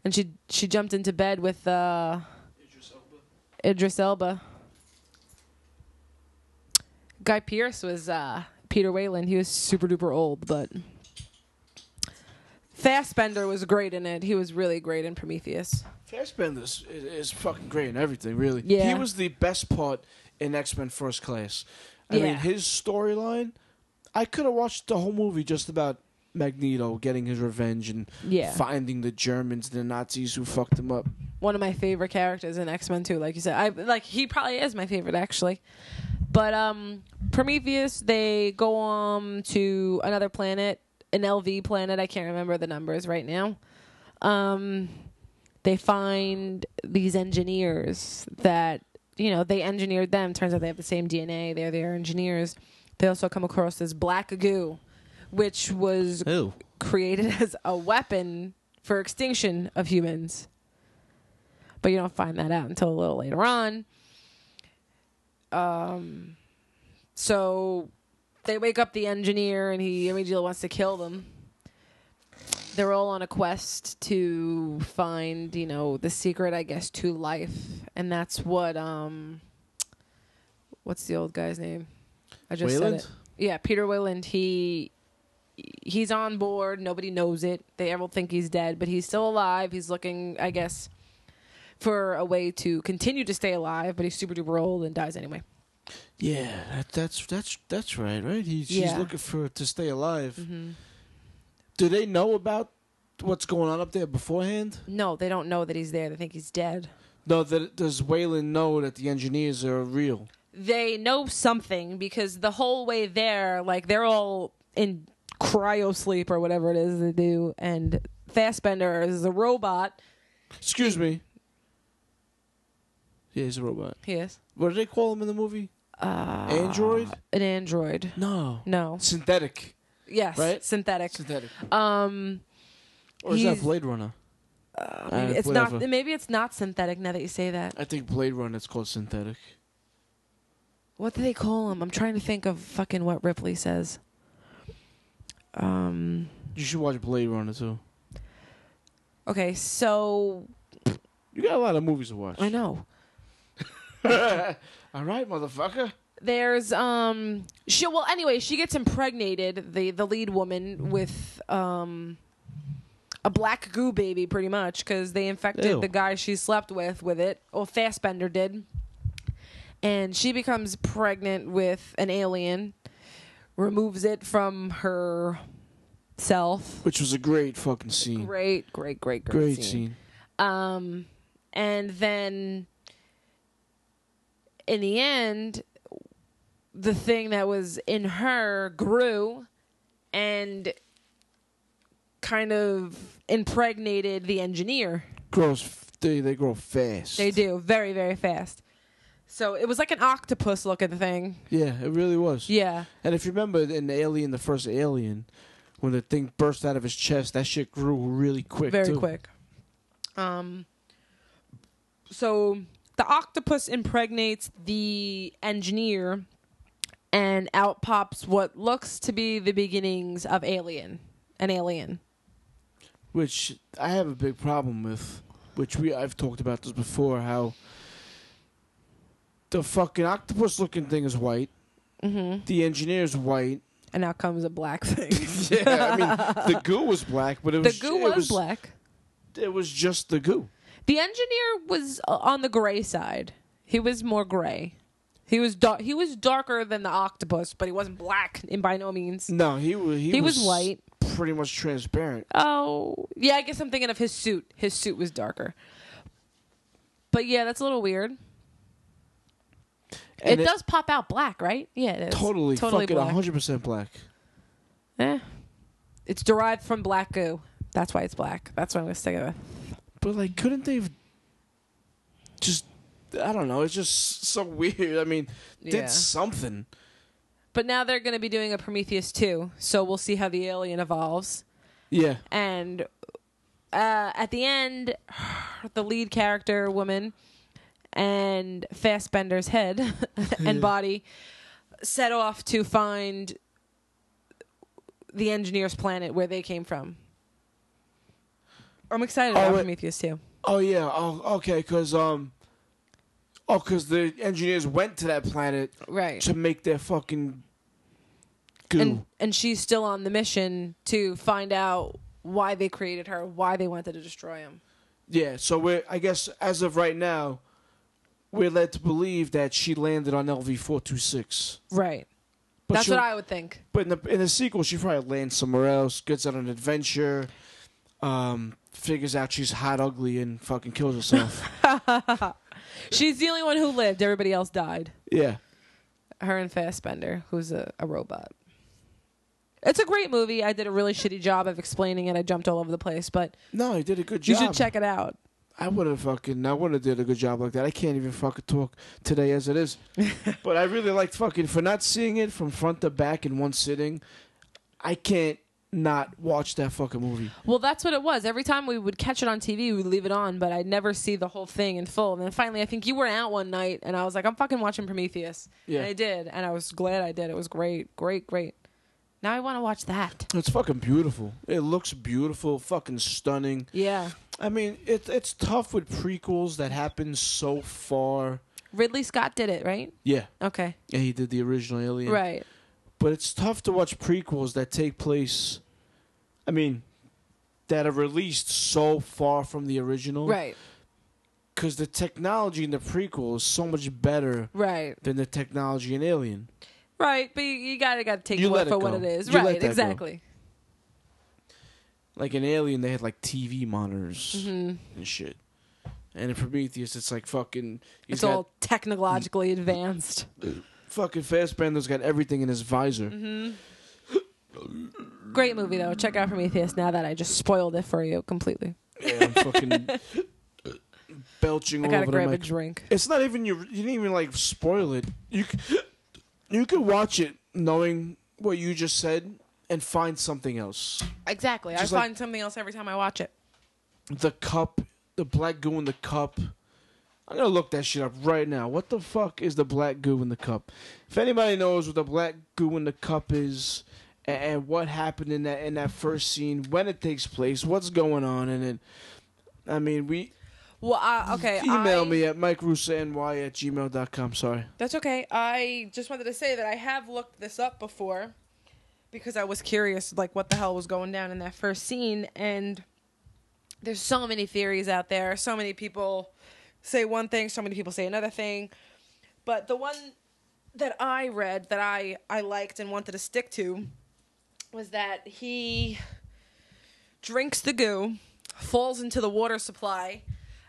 S3: and she she jumped into bed with uh,
S1: Idris Elba.
S3: Idris Elba. Guy Pierce was uh, Peter Wayland. He was super duper old, but Fassbender was great in it. He was really great in Prometheus.
S1: Fassbender is, is, is fucking great in everything, really.
S3: Yeah.
S1: He was the best part in X Men First Class. I mean,
S3: Yeah.
S1: his storyline, I could have watched the whole movie just about Magneto getting his revenge and
S3: Yeah,
S1: finding the Germans, the Nazis who fucked him up.
S3: one of my favorite characters in X Men too. Like you said, I like he probably is my favorite actually. But um, Prometheus, they go on to another planet, an LV planet. I can't remember the numbers right now. Um, they find these engineers that you know they engineered them. Turns out they have the same DNA. They're their engineers. They also come across this black goo, which was
S1: Who?
S3: created as a weapon for extinction of humans. But you don't find that out until a little later on. Um, so they wake up the engineer and he immediately wants to kill them. They're all on a quest to find, you know, the secret, I guess, to life. And that's what, um, what's the old guy's name? I just
S1: Wayland?
S3: said it. Yeah, Peter Wayland. He he's on board. Nobody knows it. They all think he's dead, but he's still alive. He's looking, I guess, for a way to continue to stay alive. But he's super duper old and dies anyway.
S1: Yeah, that, that's that's that's right, right? He, she's
S3: Yeah. Mm-hmm.
S1: looking for to stay alive. Do they know about what's going on up there beforehand?
S3: No, they don't know that he's there. They think he's dead.
S1: No, that, does Wayland know that the engineers are real?
S3: They know something because the whole way there, like they're all in cryo sleep or whatever it is they do, and Fassbender is a robot.
S1: Excuse me. Yeah, he's a robot.
S3: He is
S1: What do they call him in the movie?
S3: uh,
S1: Android?
S3: an android.
S1: No.
S3: No.
S1: Synthetic.
S3: Yes.
S1: Right?
S3: Synthetic.
S1: Synthetic.
S3: Um.
S1: Or is that
S3: He's-
S1: Blade Runner?
S3: Maybe
S1: Uh,
S3: it's
S1: whatever.
S3: not. Maybe it's not synthetic. Now that you say that,
S1: I think Blade Runner is called synthetic.
S3: what do they call him? I'm trying to think of fucking what Ripley says. Um.
S1: You should watch Blade Runner too.
S3: Okay, so
S1: You got a lot of movies to watch.
S3: I know
S1: All right, motherfucker.
S3: there's um. She well anyway she gets impregnated the the lead woman with um. A black goo baby, pretty much, because they infected
S1: Ew.
S3: the guy she slept with with it. Well, Fassbender did, and she becomes pregnant with an alien, removes it from her self,
S1: Which was a great fucking scene. Great,
S3: Great, great, great, great,
S1: scene.
S3: scene. Um, and then in the end, the thing that was in her grew and kind of impregnated the engineer.
S1: Grows. f- They they grow fast.
S3: They do very, very fast. So it was like an octopus looking thing.
S1: Yeah, it really was.
S3: Yeah.
S1: And if you remember in Alien, the first Alien, when the thing burst out of his chest, that shit grew really quick.
S3: very
S1: too.
S3: quick. Um, so the octopus impregnates the engineer, and out pops what looks to be the beginnings of Alien, an alien.
S1: which I have a big problem with. Which we I've talked about this before. How the fucking octopus looking thing is white.
S3: Mm-hmm.
S1: The engineer's white.
S3: And out comes a black thing.
S1: yeah, I mean the goo was black, but it
S3: the
S1: was
S3: goo
S1: it
S3: was, black.
S1: It was just the goo.
S3: The engineer was uh, on the gray side. He was more gray. He was dark. He was darker than the octopus, but he wasn't black, and by no means.
S1: No, he was he,
S3: He was white.
S1: pretty much transparent.
S3: Oh, yeah. I guess I'm thinking of his suit. His suit was darker. But yeah, that's a little weird. It,
S1: And it-
S3: does pop out black, right? Yeah, it is.
S1: Totally,
S3: totally
S1: fucking
S3: black.
S1: hundred percent black.
S3: Eh. It's derived from black goo. That's why it's black. That's what I'm gonna stick with.
S1: But like, couldn't they've just? I don't know. It's just so weird. I mean,
S3: Yeah.
S1: did something.
S3: But now they're gonna be doing a Prometheus two, so we'll see how the alien evolves.
S1: Yeah,
S3: and uh, at the end, the lead character woman and Fassbender's head and body set off to find the engineer's planet where they came from. I'm excited
S1: Oh,
S3: about
S1: wait.
S3: Prometheus too.
S1: Oh yeah. Oh okay. Cause um. Oh, cause the engineers went to that planet
S3: Right.
S1: to make their fucking goo.
S3: And and she's still on the mission to find out why they created her, why they wanted to destroy him.
S1: yeah. So we're I guess as of right now, we're led to believe that she landed on LV four two six.
S3: Right. That's what I would think.
S1: But in the in the sequel, she probably lands somewhere else, gets on an adventure, um, figures out she's hot ugly, and fucking kills herself.
S3: She's the only one who lived. Everybody else died.
S1: yeah.
S3: her and Fassbender, who's a, a robot. It's a great movie. I did a really shitty job of explaining it. I jumped all over the place, but
S1: No, he did a good job.
S3: you should check it out.
S1: I would have fucking, I would have did a good job like that. I can't even fucking talk today as it is. but I really liked fucking, for not seeing it from front to back in one sitting, I can't not watch that fucking movie.
S3: Well, that's what it was. Every time we would catch it on TV, we would leave it on, but I'd never see the whole thing in full. And then finally, I think you were out one night, and I was like, I'm fucking watching Prometheus.
S1: Yeah.
S3: And I did, and I was glad I did. It was great, great, great. Now I want to watch that.
S1: It's fucking beautiful. It looks beautiful, fucking stunning.
S3: Yeah.
S1: I mean, it's it's tough with prequels that happen so far.
S3: Ridley Scott did it, right?
S1: Yeah,
S3: Okay.
S1: yeah, he did the original Alien.
S3: Right.
S1: but it's tough to watch prequels that take place. I mean, that are released so far from the original,
S3: Right.
S1: Because the technology in the prequel is so much better
S3: Right.
S1: than the technology in Alien.
S3: Right. But you, you gotta gotta take
S1: You
S3: it
S1: let
S3: for
S1: it
S3: what
S1: go.
S3: it is.
S1: You let
S3: right.
S1: that go.
S3: Exactly.
S1: Like in Alien, they had like TV monitors
S3: hmm
S1: and shit. And in Prometheus, it's like fucking. he's
S3: It's
S1: got
S3: all technologically advanced.
S1: fucking Fassbender's got everything in his visor.
S3: Great movie though. Check out Prometheus now that I just spoiled it for you completely.
S1: Yeah, I'm fucking belching
S3: I
S1: all
S3: gotta
S1: over the
S3: grab a
S1: mic.
S3: drink.
S1: It's not even you. You didn't even like spoil it. You c- you could watch it knowing what you just said and find something else.
S3: Exactly.
S1: Just
S3: I
S1: like-
S3: find something else every time I watch it.
S1: The cup, the black goo in the cup. I'm gonna look that shit up right now. What the fuck is the black goo in the cup? If anybody knows what the black goo in the cup is, a- and what happened in that in that first scene, when it takes place, what's going on in it. I mean, we
S3: Well, I, okay.
S1: email
S3: I-
S1: me at mikerussany at gmail.com. Sorry.
S3: That's okay. I just wanted to say that I have looked this up before because I was curious, like, what the hell was going down in that first scene. And there's so many theories out there. So many people say one thing, so many people say another thing. But the one that I read that I, I liked and wanted to stick to was that he drinks the goo, falls into the water supply,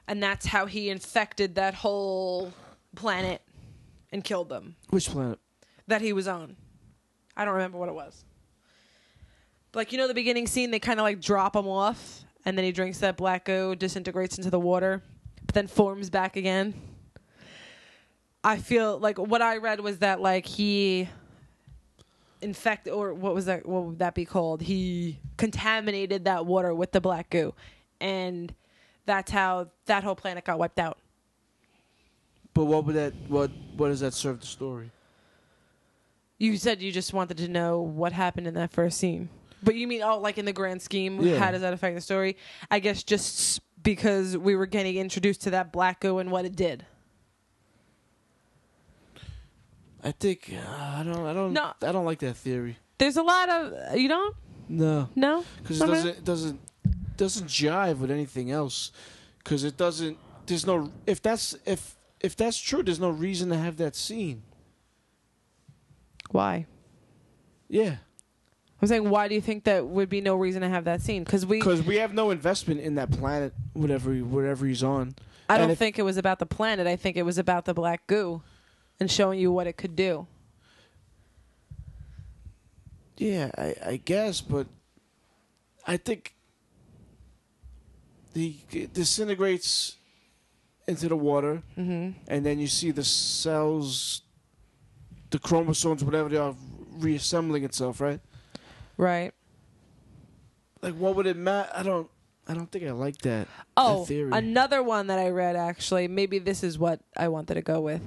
S3: and that's how he infected that whole planet and killed them
S1: Which planet?
S3: that he was on. I don't remember what it was. Like you know the beginning scene, they kind of like drop him off, and then he drinks that black goo, disintegrates into the water, but then forms back again. I feel like what I read was that like he infect or what was that what would that be called? He contaminated that water with the black goo and that's how that whole planet got wiped out.
S1: But what would that what what does that serve the story?
S3: You said you just wanted to know what happened in that first scene. But you mean, oh, like in the grand scheme,
S1: Yeah.
S3: how does that affect the story? I guess just s- because we were getting introduced to that black goo and what it did.
S1: I think uh, I don't I don't
S3: No.
S1: I don't like that theory.
S3: There's a lot of uh, you don't
S1: No,
S3: know.
S1: because it
S3: Okay.
S1: doesn't it doesn't doesn't jive with anything else. Because it doesn't. There's no if that's if if that's true. There's no reason to have that scene.
S3: Why?
S1: Yeah,
S3: I'm saying, why do you think that would be no reason to have that scene? Because we,
S1: because we have no investment in that planet. Whatever he- whatever he's on.
S3: I don't
S1: and if-
S3: think it was about the planet. I think it was about the black goo, and showing you what it could do.
S1: Yeah, I, I guess, but I think the it disintegrates into the water,
S3: Mm-hmm.
S1: and then you see the cells, the chromosomes, whatever they are, reassembling itself. Right?
S3: Right.
S1: Like, what would it matter? I don't. I don't think I like that.
S3: Oh,
S1: that theory.
S3: another one that I read actually. Maybe this is what I wanted to go with.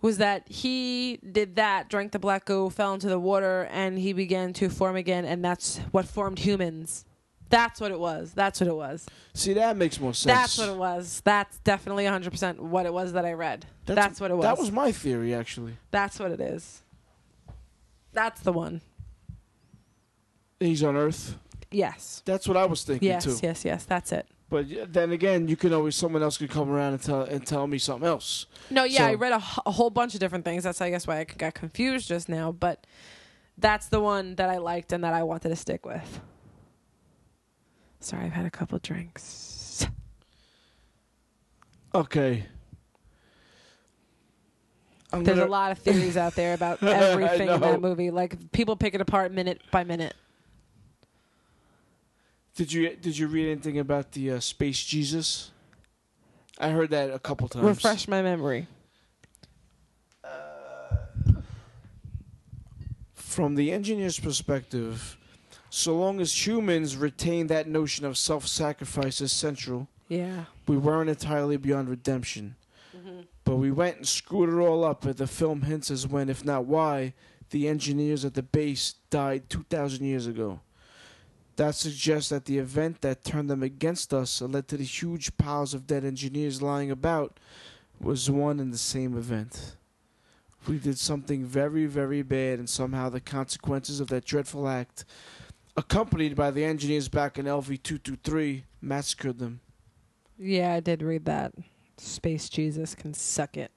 S3: Was that he did that, drank the black goo, fell into the water, and he began to form again, and that's what formed humans. That's what it was. That's what it was.
S1: see, that makes more sense.
S3: That's what it was. That's definitely 100% what it was that I read. That's, what it was.
S1: That was my theory, actually.
S3: That's what it is. That's the one.
S1: He's on Earth.
S3: Yes.
S1: That's what I was thinking
S3: Yes,
S1: too.
S3: yes, yes. That's it.
S1: But yeah, then again, you can always someone else could come around and tell and tell me something else.
S3: No, yeah, I
S1: So-
S3: read a, h- a whole bunch of different things. That's I guess why I got confused just now. But that's the one that I liked and that I wanted to stick with. Sorry, I've had a couple drinks.
S1: Okay. I'm
S3: There's a
S1: gonna-
S3: lot of theories out there about
S1: I
S3: everything in
S1: know.
S3: that movie. Like people pick it apart minute by minute.
S1: Did you did you read anything about the uh, space Jesus? I heard that a couple times.
S3: Refresh my memory.
S1: From the engineer's perspective, so long as humans retain that notion of self-sacrifice as central,
S3: Yeah.
S1: we weren't entirely beyond redemption. But we went and screwed it all up. And the film hints as when, if not why, the engineers at the base died 2,000 years ago. That suggests that the event that turned them against us and led to the huge piles of dead engineers lying about was one and the same event. We did something very, very bad, and somehow the consequences of that dreadful act, accompanied by the engineers back in LV 223, massacred them.
S3: Yeah, I did read that. Space Jesus can suck it.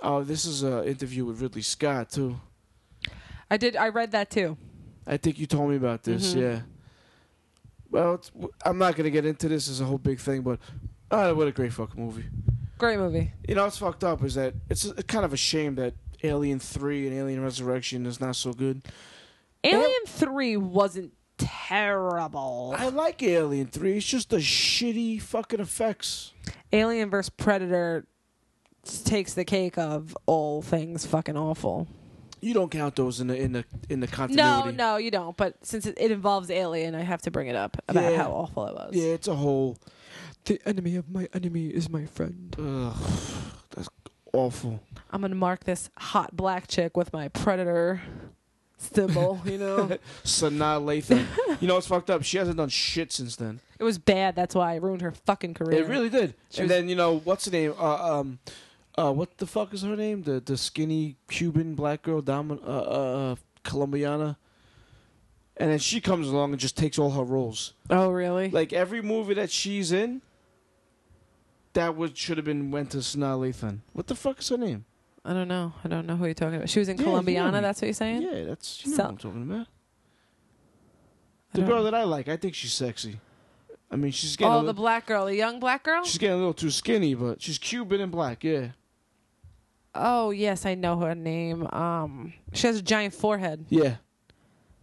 S1: Oh, this is an interview with Ridley Scott too.
S3: I did. I read that too.
S1: I think you told me about this.
S3: Mhm.
S1: Yeah. Well, it's, w- I'm not gonna get into this as a whole big thing, but uh, what a great fucking movie.
S3: Great movie.
S1: You know, what's fucked up is that it's a, kind of a shame that Alien Three and Alien Resurrection is not so good.
S3: Alien Three wasn't terrible.
S1: I like Alien Three. It's just the shitty fucking effects.
S3: Alien vs Predator s- takes the cake of all things fucking awful.
S1: You don't count those in the in the in the
S3: No,
S1: continuity.
S3: no, you don't. But since it, it involves Alien, I have to bring it up about
S1: Yeah.
S3: how awful it was.
S1: Yeah, it's a whole.
S4: The enemy of my enemy is my friend.
S1: Ugh, that's awful.
S3: I'm gonna mark this hot black chick with my Predator symbol. you know,
S1: Sanaa Lathan. you know what's fucked up? She hasn't done shit since then.
S3: it was bad. That's why it ruined her fucking career.
S1: It really did.
S3: She
S1: and
S3: was-
S1: then you know what's her name? Uh, um, uh, what the fuck is her name? The the skinny Cuban black girl, Domin- uh, uh, uh, Colombiana. And then she comes along and just takes all her roles.
S3: Oh, really?
S1: Like every movie that she's in, that would should have been went to Sanaa Lathan. What the fuck is her name?
S3: I don't know. I don't know who you're talking about. She was in
S1: Yeah, you know
S3: Columbiana.
S1: me.
S3: That's what you're saying.
S1: Yeah, that's you know
S3: So-
S1: what I'm talking about.
S3: I
S1: The
S3: don't-
S1: girl that I like, I think she's sexy. I mean, she's getting a
S3: Oh,
S1: li-
S3: the black girl, the young black girl.
S1: she's getting a little too skinny, but she's Cuban and black. Yeah,
S3: Oh yes, I know her name. Um, she has a giant forehead.
S1: yeah.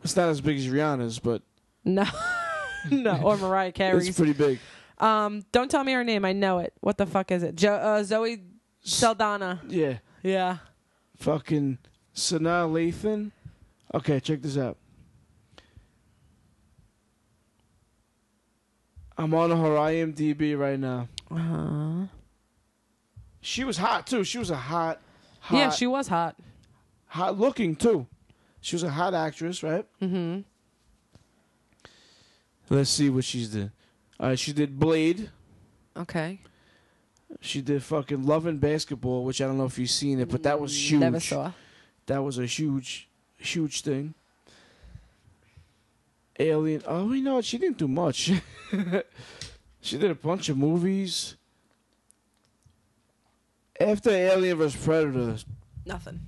S1: It's not as big as Rihanna's, but
S3: No, no, or Mariah
S1: It's
S3: Carey's.
S1: pretty big.
S3: um, don't tell me her name. I know it. What the fuck is it? Jo- uh, Zoe Saldana.
S1: Yeah.
S3: Yeah.
S1: Fucking Sanaa Lathan. Okay, check this out. I'm on her IMDb right now.
S3: Uh-huh.
S1: She was hot too. She was a hot, hot,
S3: Yeah, she was hot.
S1: hot looking too. She was a hot actress, right?
S3: Mm-hmm.
S1: Let's see what she's did. Uh, she did Blade.
S3: Okay.
S1: She did fucking Love and Basketball, which I don't know if you've seen it, but that was huge.
S3: Mm, Never saw.
S1: That was a huge, huge thing. Alien. Oh, you know, what? she didn't do much. she did a bunch of movies. After Alien vs. Predator,
S3: Nothing.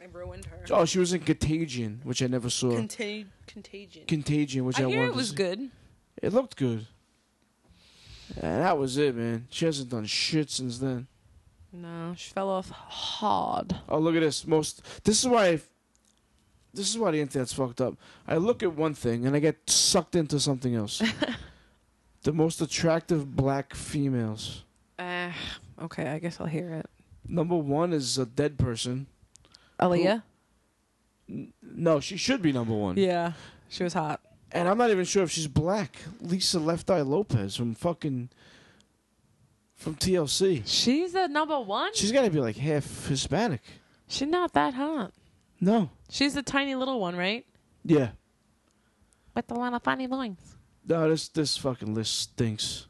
S3: I ruined her.
S1: oh, she was in Contagion, which I never saw.
S3: Contain- contagion.
S1: Contagion, which I,
S3: I hear
S1: wanted
S3: it
S1: to
S3: was
S1: see.
S3: good.
S1: It looked good. And that was it, man. She hasn't done shit since then.
S3: No, she fell off hard.
S1: Oh, look at this. Most. This is why. this is why the internet's fucked up. I look at one thing and I get sucked into something else. the most attractive black females.
S3: Uh, okay, I guess I'll hear it.
S1: Number one is a dead person.
S3: Aaliyah.
S1: No, she should be number one.
S3: Yeah, she was hot.
S1: And I'm not even sure if she's black. Lisa Left Eye Lopez from fucking. From TLC.
S3: She's the number one.
S1: She's got to be like half Hispanic.
S3: She's not that hot.
S1: No.
S3: She's the tiny little one, right?
S1: Yeah.
S3: With the lot of funny lines.
S1: No, this this fucking list stinks.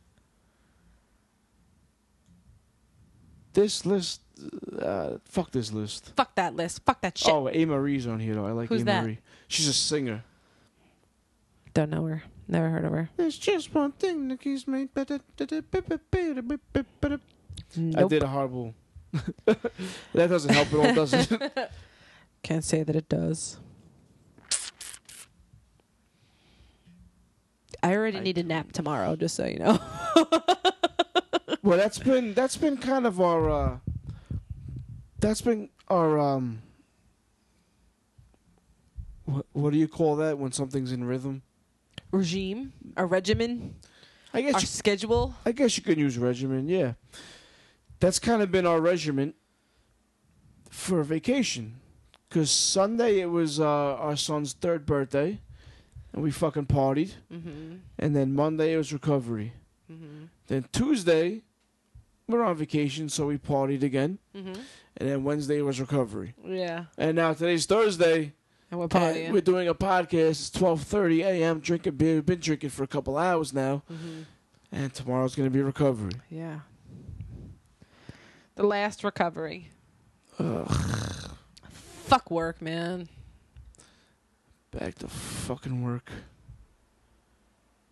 S1: This list, uh, fuck this list.
S3: Fuck that list. Fuck that shit.
S1: Oh, A Marie's on here though. I like
S3: Who's
S1: A
S3: that?
S1: Marie. She's a singer.
S3: Don't know her. Never heard of her.
S1: There's just one thing that keeps me. I
S3: Nope.
S1: did a horrible. that doesn't help at all, does it?
S3: Can't say that it does. I already
S1: I
S3: need a nap tomorrow, just so you know.
S1: well, that's been that's been kind of our. Uh, that's been our um. What what do you call that when something's in rhythm?
S3: Regime, our regimen,
S1: I guess
S3: our
S1: you
S3: schedule.
S1: I guess you could use regimen, yeah. That's kind of been our regimen for vacation. Because Sunday it was uh, our son's third birthday, and we fucking partied.
S3: Mm-hmm.
S1: And then Monday it was recovery.
S3: Mm-hmm.
S1: Then Tuesday, we we're on vacation, so we partied again.
S3: Mm-hmm.
S1: And then Wednesday was recovery.
S3: Yeah,
S1: And now today's Thursday.
S3: and we're
S1: and
S3: partying.
S1: we're doing a podcast. It's 12.30 a.m. Drinking beer. We've been drinking for a couple hours now.
S3: mm-hmm.
S1: And tomorrow's going to be recovery.
S3: Yeah. The last recovery.
S1: Ugh,
S3: Fuck work, man.
S1: back to fucking work.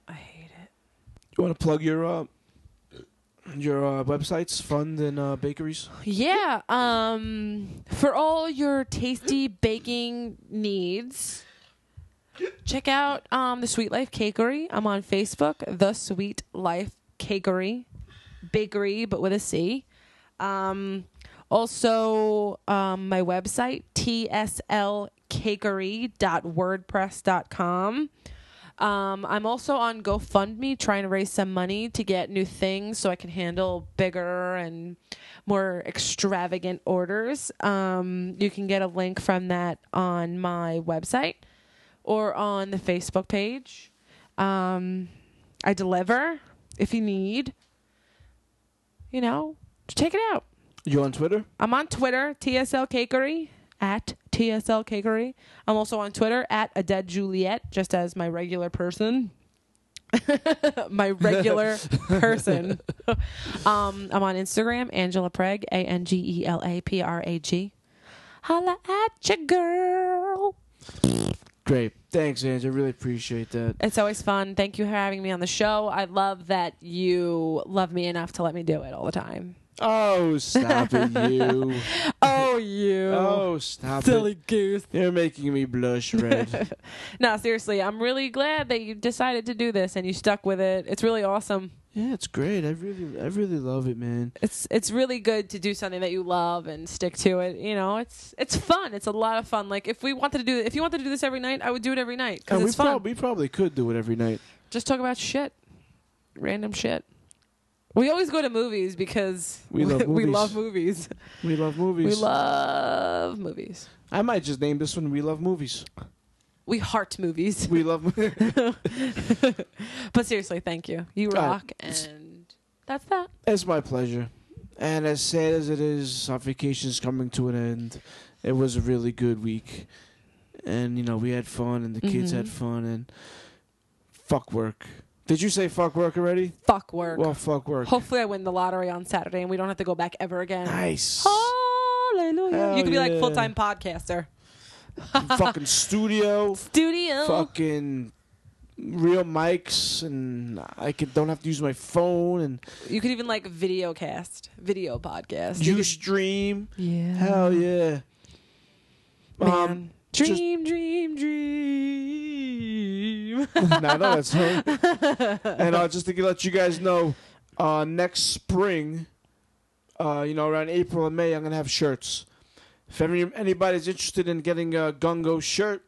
S3: I hate it.
S1: You want to plug your uh, your uh, websites, fund and uh, bakeries?
S3: Yeah. Um, for all your tasty baking needs, check out um, the Sweet Life Cakery. I'm on Facebook, The Sweet Life Cakery, bakery, but with a C. Um, also, um, my website, tslcakery.wordpress.com. Um, I'm also on GoFundMe trying to raise some money to get new things so I can handle bigger and more extravagant orders. Um, you can get a link from that on my website or on the Facebook page. Um, I deliver if you need. You know, take it out.
S1: You on Twitter?
S3: I'm on Twitter, TSL Cakery, at TSL Cakery. I'm also on Twitter, at a dead Juliet, just as my regular person. my regular person. um, I'm on Instagram, Angela Preg, A N G E L A P R A G. Holla at your girl.
S1: Great. Thanks, Ange. I really appreciate that.
S3: It's always fun. Thank you for having me on the show. I love that you love me enough to let me do it all the time.
S1: Oh, stop it, you.
S3: Oh, you.
S1: Oh, stop
S3: silly
S1: it.
S3: goose.
S1: You're making me blush red.
S3: No, seriously, I'm really glad that you decided to do this and you stuck with it. It's really awesome.
S1: yeah, it's great. I really, I really love it, man.
S3: It's it's really good to do something that you love and stick to it. You know, it's it's fun. It's a lot of fun. Like if we wanted to do if you wanted to do this every night, I would do it every night because
S1: And we,
S3: it's fun.
S1: prob- we probably could do it every night.
S3: Just talk about shit, random shit. We always go to movies because
S1: We love
S3: we
S1: movies.
S3: love movies.
S1: We love movies.
S3: We love movies.
S1: I might just name this one "We Love Movies."
S3: We heart movies.
S1: We love.
S3: but seriously, thank you. You
S1: All right.
S3: rock, and that's that.
S1: it's my pleasure. And as sad as it is, our vacation is coming to an end. It was a really good week, and you know we had fun, and the kids
S3: Mhm.
S1: had fun, and fuck work. Did you say fuck work already?
S3: Fuck work.
S1: Well, fuck work.
S3: Hopefully, I win the lottery on Saturday, and we don't have to go back ever again.
S1: Nice.
S3: Hallelujah!
S1: Hell
S3: you could be like
S1: yeah.
S3: full time podcaster.
S1: fucking studio.
S3: Studio.
S1: Fucking real mics, and I could don't have to use my phone and
S3: You could even like video cast, video podcast.
S1: you stream.
S3: yeah.
S1: Hell yeah. Um,
S3: Man. dream, dream, dream.
S1: nah, no, that's her. and uh, just to let you guys know, uh, next spring, uh, you know, around April and May, I'm gonna have shirts. If any, anybody's interested in getting a Gungo shirt,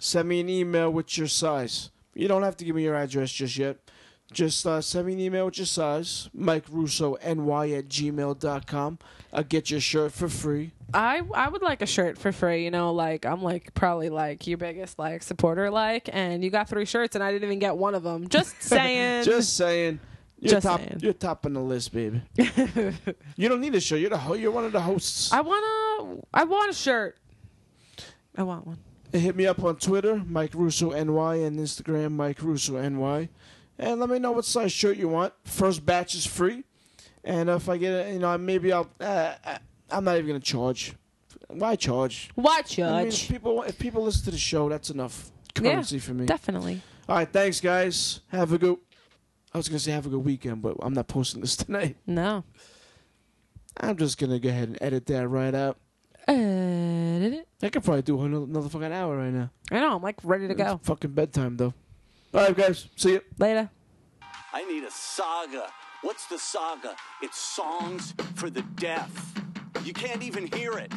S1: send me an email with your size. You don't have to give me your address just yet. Just uh, send me an email with your size, Mike Russo ny at gmail.com. I'll get your shirt for free.
S3: I I would like a shirt for free. You know, like I'm like probably like your biggest like supporter, like, and you got three shirts, and I didn't even get one of them. Just saying.
S1: Just saying. You're
S3: Just
S1: top,
S3: saying.
S1: you're top on the list, baby. you don't need a shirt. You're the ho- you're one of the hosts.
S3: I wanna. I want a shirt. I want one.
S1: Hit me up on Twitter, Mike Russo NY, and Instagram, Mike Russo NY. And let me know what size shirt you want. First batch is free. And if I get it, you know, maybe I'll. Uh, I- I'm not even going to charge. Why charge?
S3: Why
S1: I mean, if
S3: judge?
S1: people, if people listen to the show, that's enough
S3: Yeah,
S1: currency for me.
S3: Definitely.
S1: All right, thanks, guys. Have a good. I was going to say have a good weekend, but I'm not posting this tonight.
S3: No.
S1: I'm just going to go ahead and edit that right out.
S3: Edit it.
S1: I could probably do another, another fucking hour right now.
S3: I know. I'm like ready to go.
S1: It's fucking bedtime, though. All right, guys. See ya.
S3: Later.
S5: I need a saga. What's the saga? It's songs for the deaf. You can't even hear it.